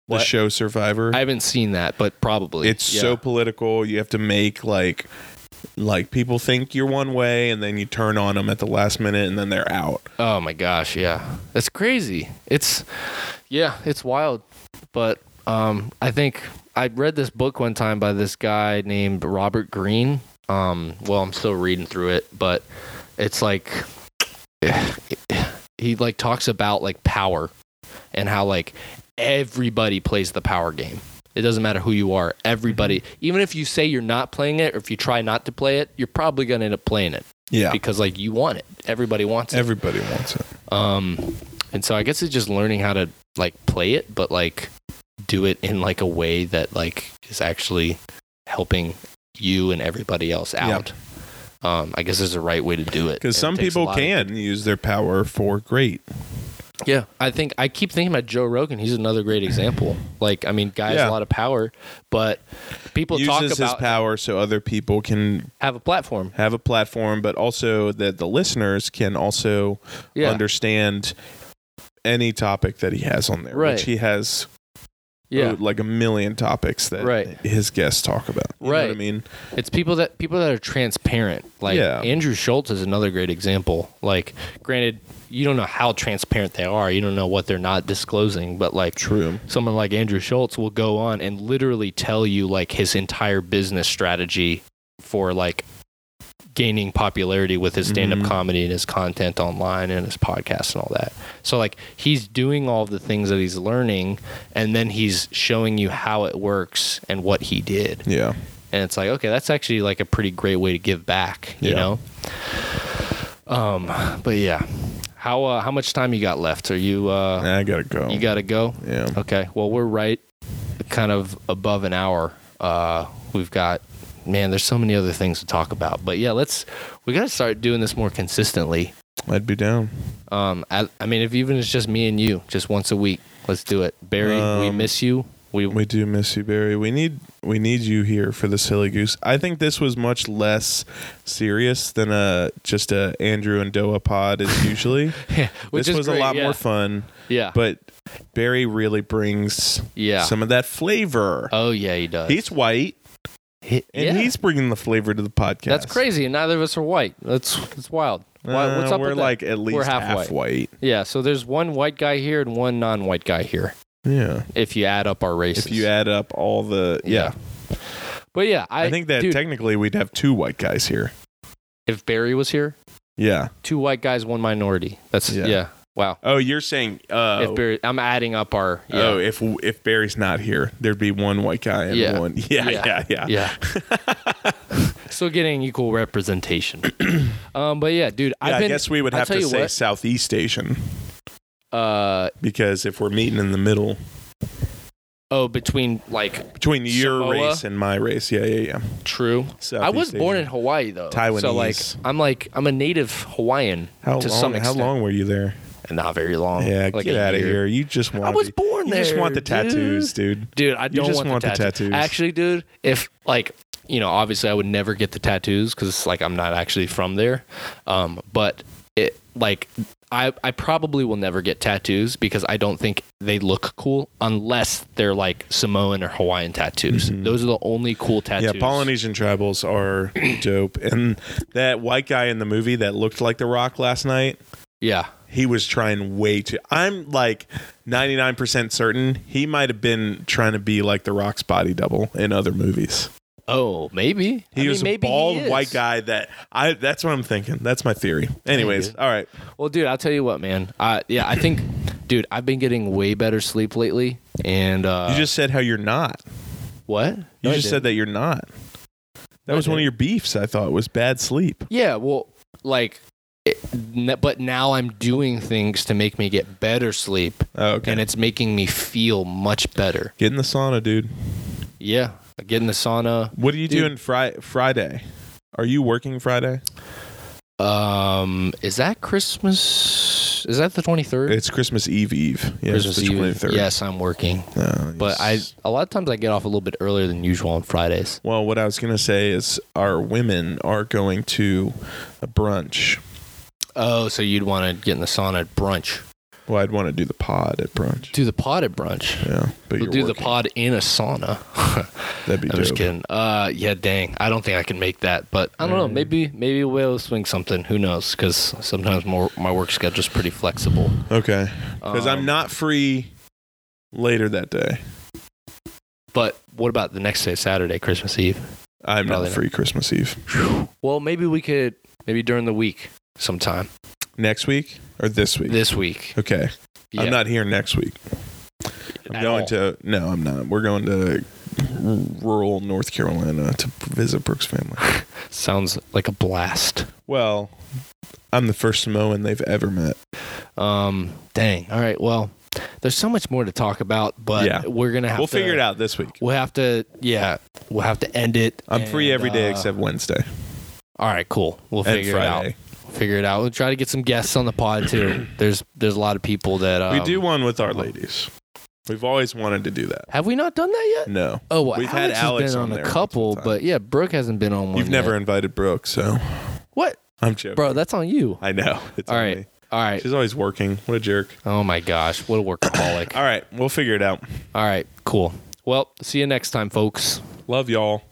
A: What?
B: The show Survivor.
A: I haven't seen that, but probably.
B: it's
A: Yeah.
B: so political. You have to make like like people think you're one way and then you turn on them at the last minute and then they're out.
A: Oh my gosh, yeah. That's crazy. It's yeah, it's wild. But um I think I read this book one time by this guy named Robert Greene. Um well, I'm still reading through it, but it's like he like talks about like power and how like everybody plays the power game. It doesn't matter who you are. Everybody, even if you say you're not playing it or if you try not to play it, you're probably going to end up playing it
B: Yeah.
A: because like you want it. Everybody wants it.
B: Everybody wants it.
A: Um, and so I guess it's just learning how to like play it, but like do it in like a way that like is actually helping you and everybody else
B: Yeah.
A: out. Um, I guess is the right way to do it.
B: Because
A: It
B: some
A: takes a
B: people
A: lot of-
B: can use their power for great.
A: yeah, I think I keep thinking about Joe Rogan. He's another great example. Like, I mean, guy has
B: Yeah.
A: a lot of power, but people talk
B: Uses his
A: about
B: power so other people can
A: have a platform.
B: have a platform, but also that the listeners can also
A: Yeah,
B: understand any topic that he has on there.
A: Right.
B: Which he has
A: yeah.
B: oh, like a million topics that
A: Right.
B: his guests talk about. You Know what I
A: Right.
B: mean,
A: It's people that people that are transparent. Like
B: Yeah.
A: Andrew Schultz is another great example. Like, granted, you don't know how transparent they are. You don't know what they're not disclosing. But like,
B: true.
A: someone like Andrew Schultz will go on and literally tell you like his entire business strategy for like gaining popularity with his stand-up
B: Mhm.
A: comedy and his content online and his podcast and all that. So like he's doing all the things that he's learning and then he's showing you how it works and what he did
B: Yeah.
A: and it's like okay that's actually like a pretty great way to give back you
B: Yeah.
A: know um but yeah how uh, how much time you got left are you uh
B: I gotta go.
A: you gotta go
B: yeah.
A: okay well we're right kind of above an hour uh we've got man there's so many other things to talk about but yeah let's we gotta start doing this more consistently
B: I'd be down.
A: um i, I mean if even it's just me and you just once a week let's do it barry we
B: Um,
A: miss you we,
B: We do miss you, Barry. We need we need you here for the silly goose. I think this was much less serious than a just a Andrew and Doa pod is usually.
A: which
B: this
A: is
B: was a
A: great,
B: lot
A: yeah,
B: more fun,
A: yeah
B: but Barry really brings
A: yeah
B: some of that flavor.
A: oh yeah he does
B: he's white,
A: He-
B: and
A: yeah.
B: he's bringing the flavor to the podcast.
A: That's crazy, and neither of us are white. That's that's wild. Why,
B: Uh,
A: what's up
B: we're
A: with that?
B: like at least
A: half
B: half, white.
A: Yeah, so there's one white guy here and one non-white guy here.
B: Yeah.
A: If you add up our races,
B: If you add up all the yeah,
A: but yeah,
B: I,
A: I,
B: think that
A: dude,
B: technically we'd have two white guys here.
A: if Barry was here,
B: Yeah.
A: two white guys, one minority. That's
B: Yeah.
A: yeah, wow.
B: Oh, you're saying uh
A: If Barry, I'm adding up our yeah,
B: Oh, if if Barry's not here, there'd be one white guy and
A: Yeah.
B: one. Yeah,
A: Yeah.
B: yeah, yeah.
A: yeah. Still getting equal representation. um, but yeah, dude,
B: Yeah,
A: I've been
B: I guess we would
A: I'll
B: have
A: tell
B: to
A: you
B: say
A: what.
B: Southeast Asian
A: uh
B: because if we're meeting in the middle
A: oh between like
B: between your
A: Samoa?
B: race and my race, yeah, yeah, yeah.
A: true. I was
B: Southeast
A: born in
B: Asian.
A: Hawaii though, so like
B: Taiwanese.
A: I'm like I'm a native Hawaiian
B: How
A: to
B: long?
A: some
B: how
A: extent.
B: long were you there?
A: Not very long.
B: Yeah,
A: Like
B: get
A: a
B: out of
A: year.
B: here. You just want.
A: I was
B: the,
A: born
B: you
A: there.
B: just want the tattoos,
A: dude.
B: dude.
A: Dude, I don't
B: just
A: want,
B: want
A: the,
B: the
A: tattoos.
B: tattoos.
A: Actually, dude, if like you know, obviously, I would never get the tattoos because like I'm not actually from there. Um, but it like I I probably will never get tattoos because I don't think they look cool unless they're like Samoan or Hawaiian tattoos. Those are the only cool tattoos.
B: Mm-hmm. Yeah, Polynesian tribals are dope. And that white guy in the movie that looked like The Rock last night,
A: Yeah.
B: he was trying way too. I'm like 99% certain he might have been trying to be like The Rock's body double in other movies.
A: Oh, maybe I
B: He
A: mean,
B: was a
A: maybe he
B: bald
A: is.
B: white guy that I that's what I'm thinking. That's my theory. Anyways, all right.
A: Well, dude, I'll tell you what, man. Uh, yeah, I think, dude, I've been getting way better sleep lately. And uh,
B: You just said how you're not.
A: what?
B: You
A: No, I
B: just
A: didn't.
B: said that you're not. That
A: I
B: was one of
A: did.
B: your beefs I thought was bad sleep.
A: Yeah, well, like, it, n- but now I'm doing things to make me get better sleep,
B: Oh, okay.
A: and it's making me feel much better.
B: Get in the sauna, dude.
A: Yeah, I get in the sauna.
B: What are you
A: Dude.
B: doing Fri- Friday? Are you working Friday?
A: Um, is that Christmas? Is that the 23rd?
B: It's Christmas Eve Eve. Yeah,
A: Er Christmas
B: it's the Oh,
A: Eve.
B: 23rd.
A: Yes, I'm working,
B: No,
A: but I
B: it's-
A: a lot of times I get off a little bit earlier than usual on Fridays.
B: Well, what I was going to say is our women are going to a brunch.
A: Oh, so you'd want to get in the sauna at brunch?
B: Well, I'd want to do the pod at brunch.
A: Do the pod at brunch.
B: Yeah, but
A: We'll
B: you're
A: do the
B: working.
A: pod in a sauna.
B: That'd be
A: I'm just
B: dope.
A: kidding. Uh, yeah, dang. I don't think I can make that, but I don't know. Maybe maybe we'll swing something. Who knows? Because sometimes more, my work schedule's pretty flexible.
B: Okay, because I'm
A: Um,
B: not free later that day.
A: But what about the next day, Saturday, Christmas Eve?
B: I'm not
A: probably not.
B: free Christmas Eve
A: Well, maybe we could maybe during the week sometime
B: next week or this week.
A: this week.
B: okay,
A: Yeah,
B: I'm not here next week. I'm
A: at
B: going
A: all.
B: to no, I'm not. We're going to rural North Carolina to visit Brooks' family.
A: Sounds like a blast.
B: Well, I'm the first Samoan they've ever met.
A: Um, dang. All right. Well, there's so much more to talk about, but
B: Yeah.
A: we're gonna have
B: We'll
A: to,
B: figure it out this week.
A: We'll have to. Yeah, we'll have to end it.
B: I'm free
A: and,
B: every day
A: uh,
B: except Wednesday
A: All right, cool. We'll
B: and
A: figure it out.
B: Friday.
A: Figure it out. We'll try to get some guests on the pod too. There's there's a lot of people that um,
B: we do one with our ladies. We've always wanted to do that.
A: Have we not done that yet?
B: No,
A: Oh, well,
B: We've
A: We've
B: had
A: Alex
B: Alex
A: has been
B: on
A: on,
B: there
A: a couple,
B: multiple times.
A: but yeah, Brooke hasn't been on one.
B: you've never
A: yet.
B: invited Brooke, so
A: what,
B: I'm joking.
A: bro? That's on you.
B: I know. It's
A: All
B: on
A: right.
B: me.
A: All right.
B: She's always working. What a jerk.
A: Oh my gosh, what a workaholic.
B: All right, we'll figure it out.
A: All right, cool. Well, see you next time, folks.
B: Love y'all.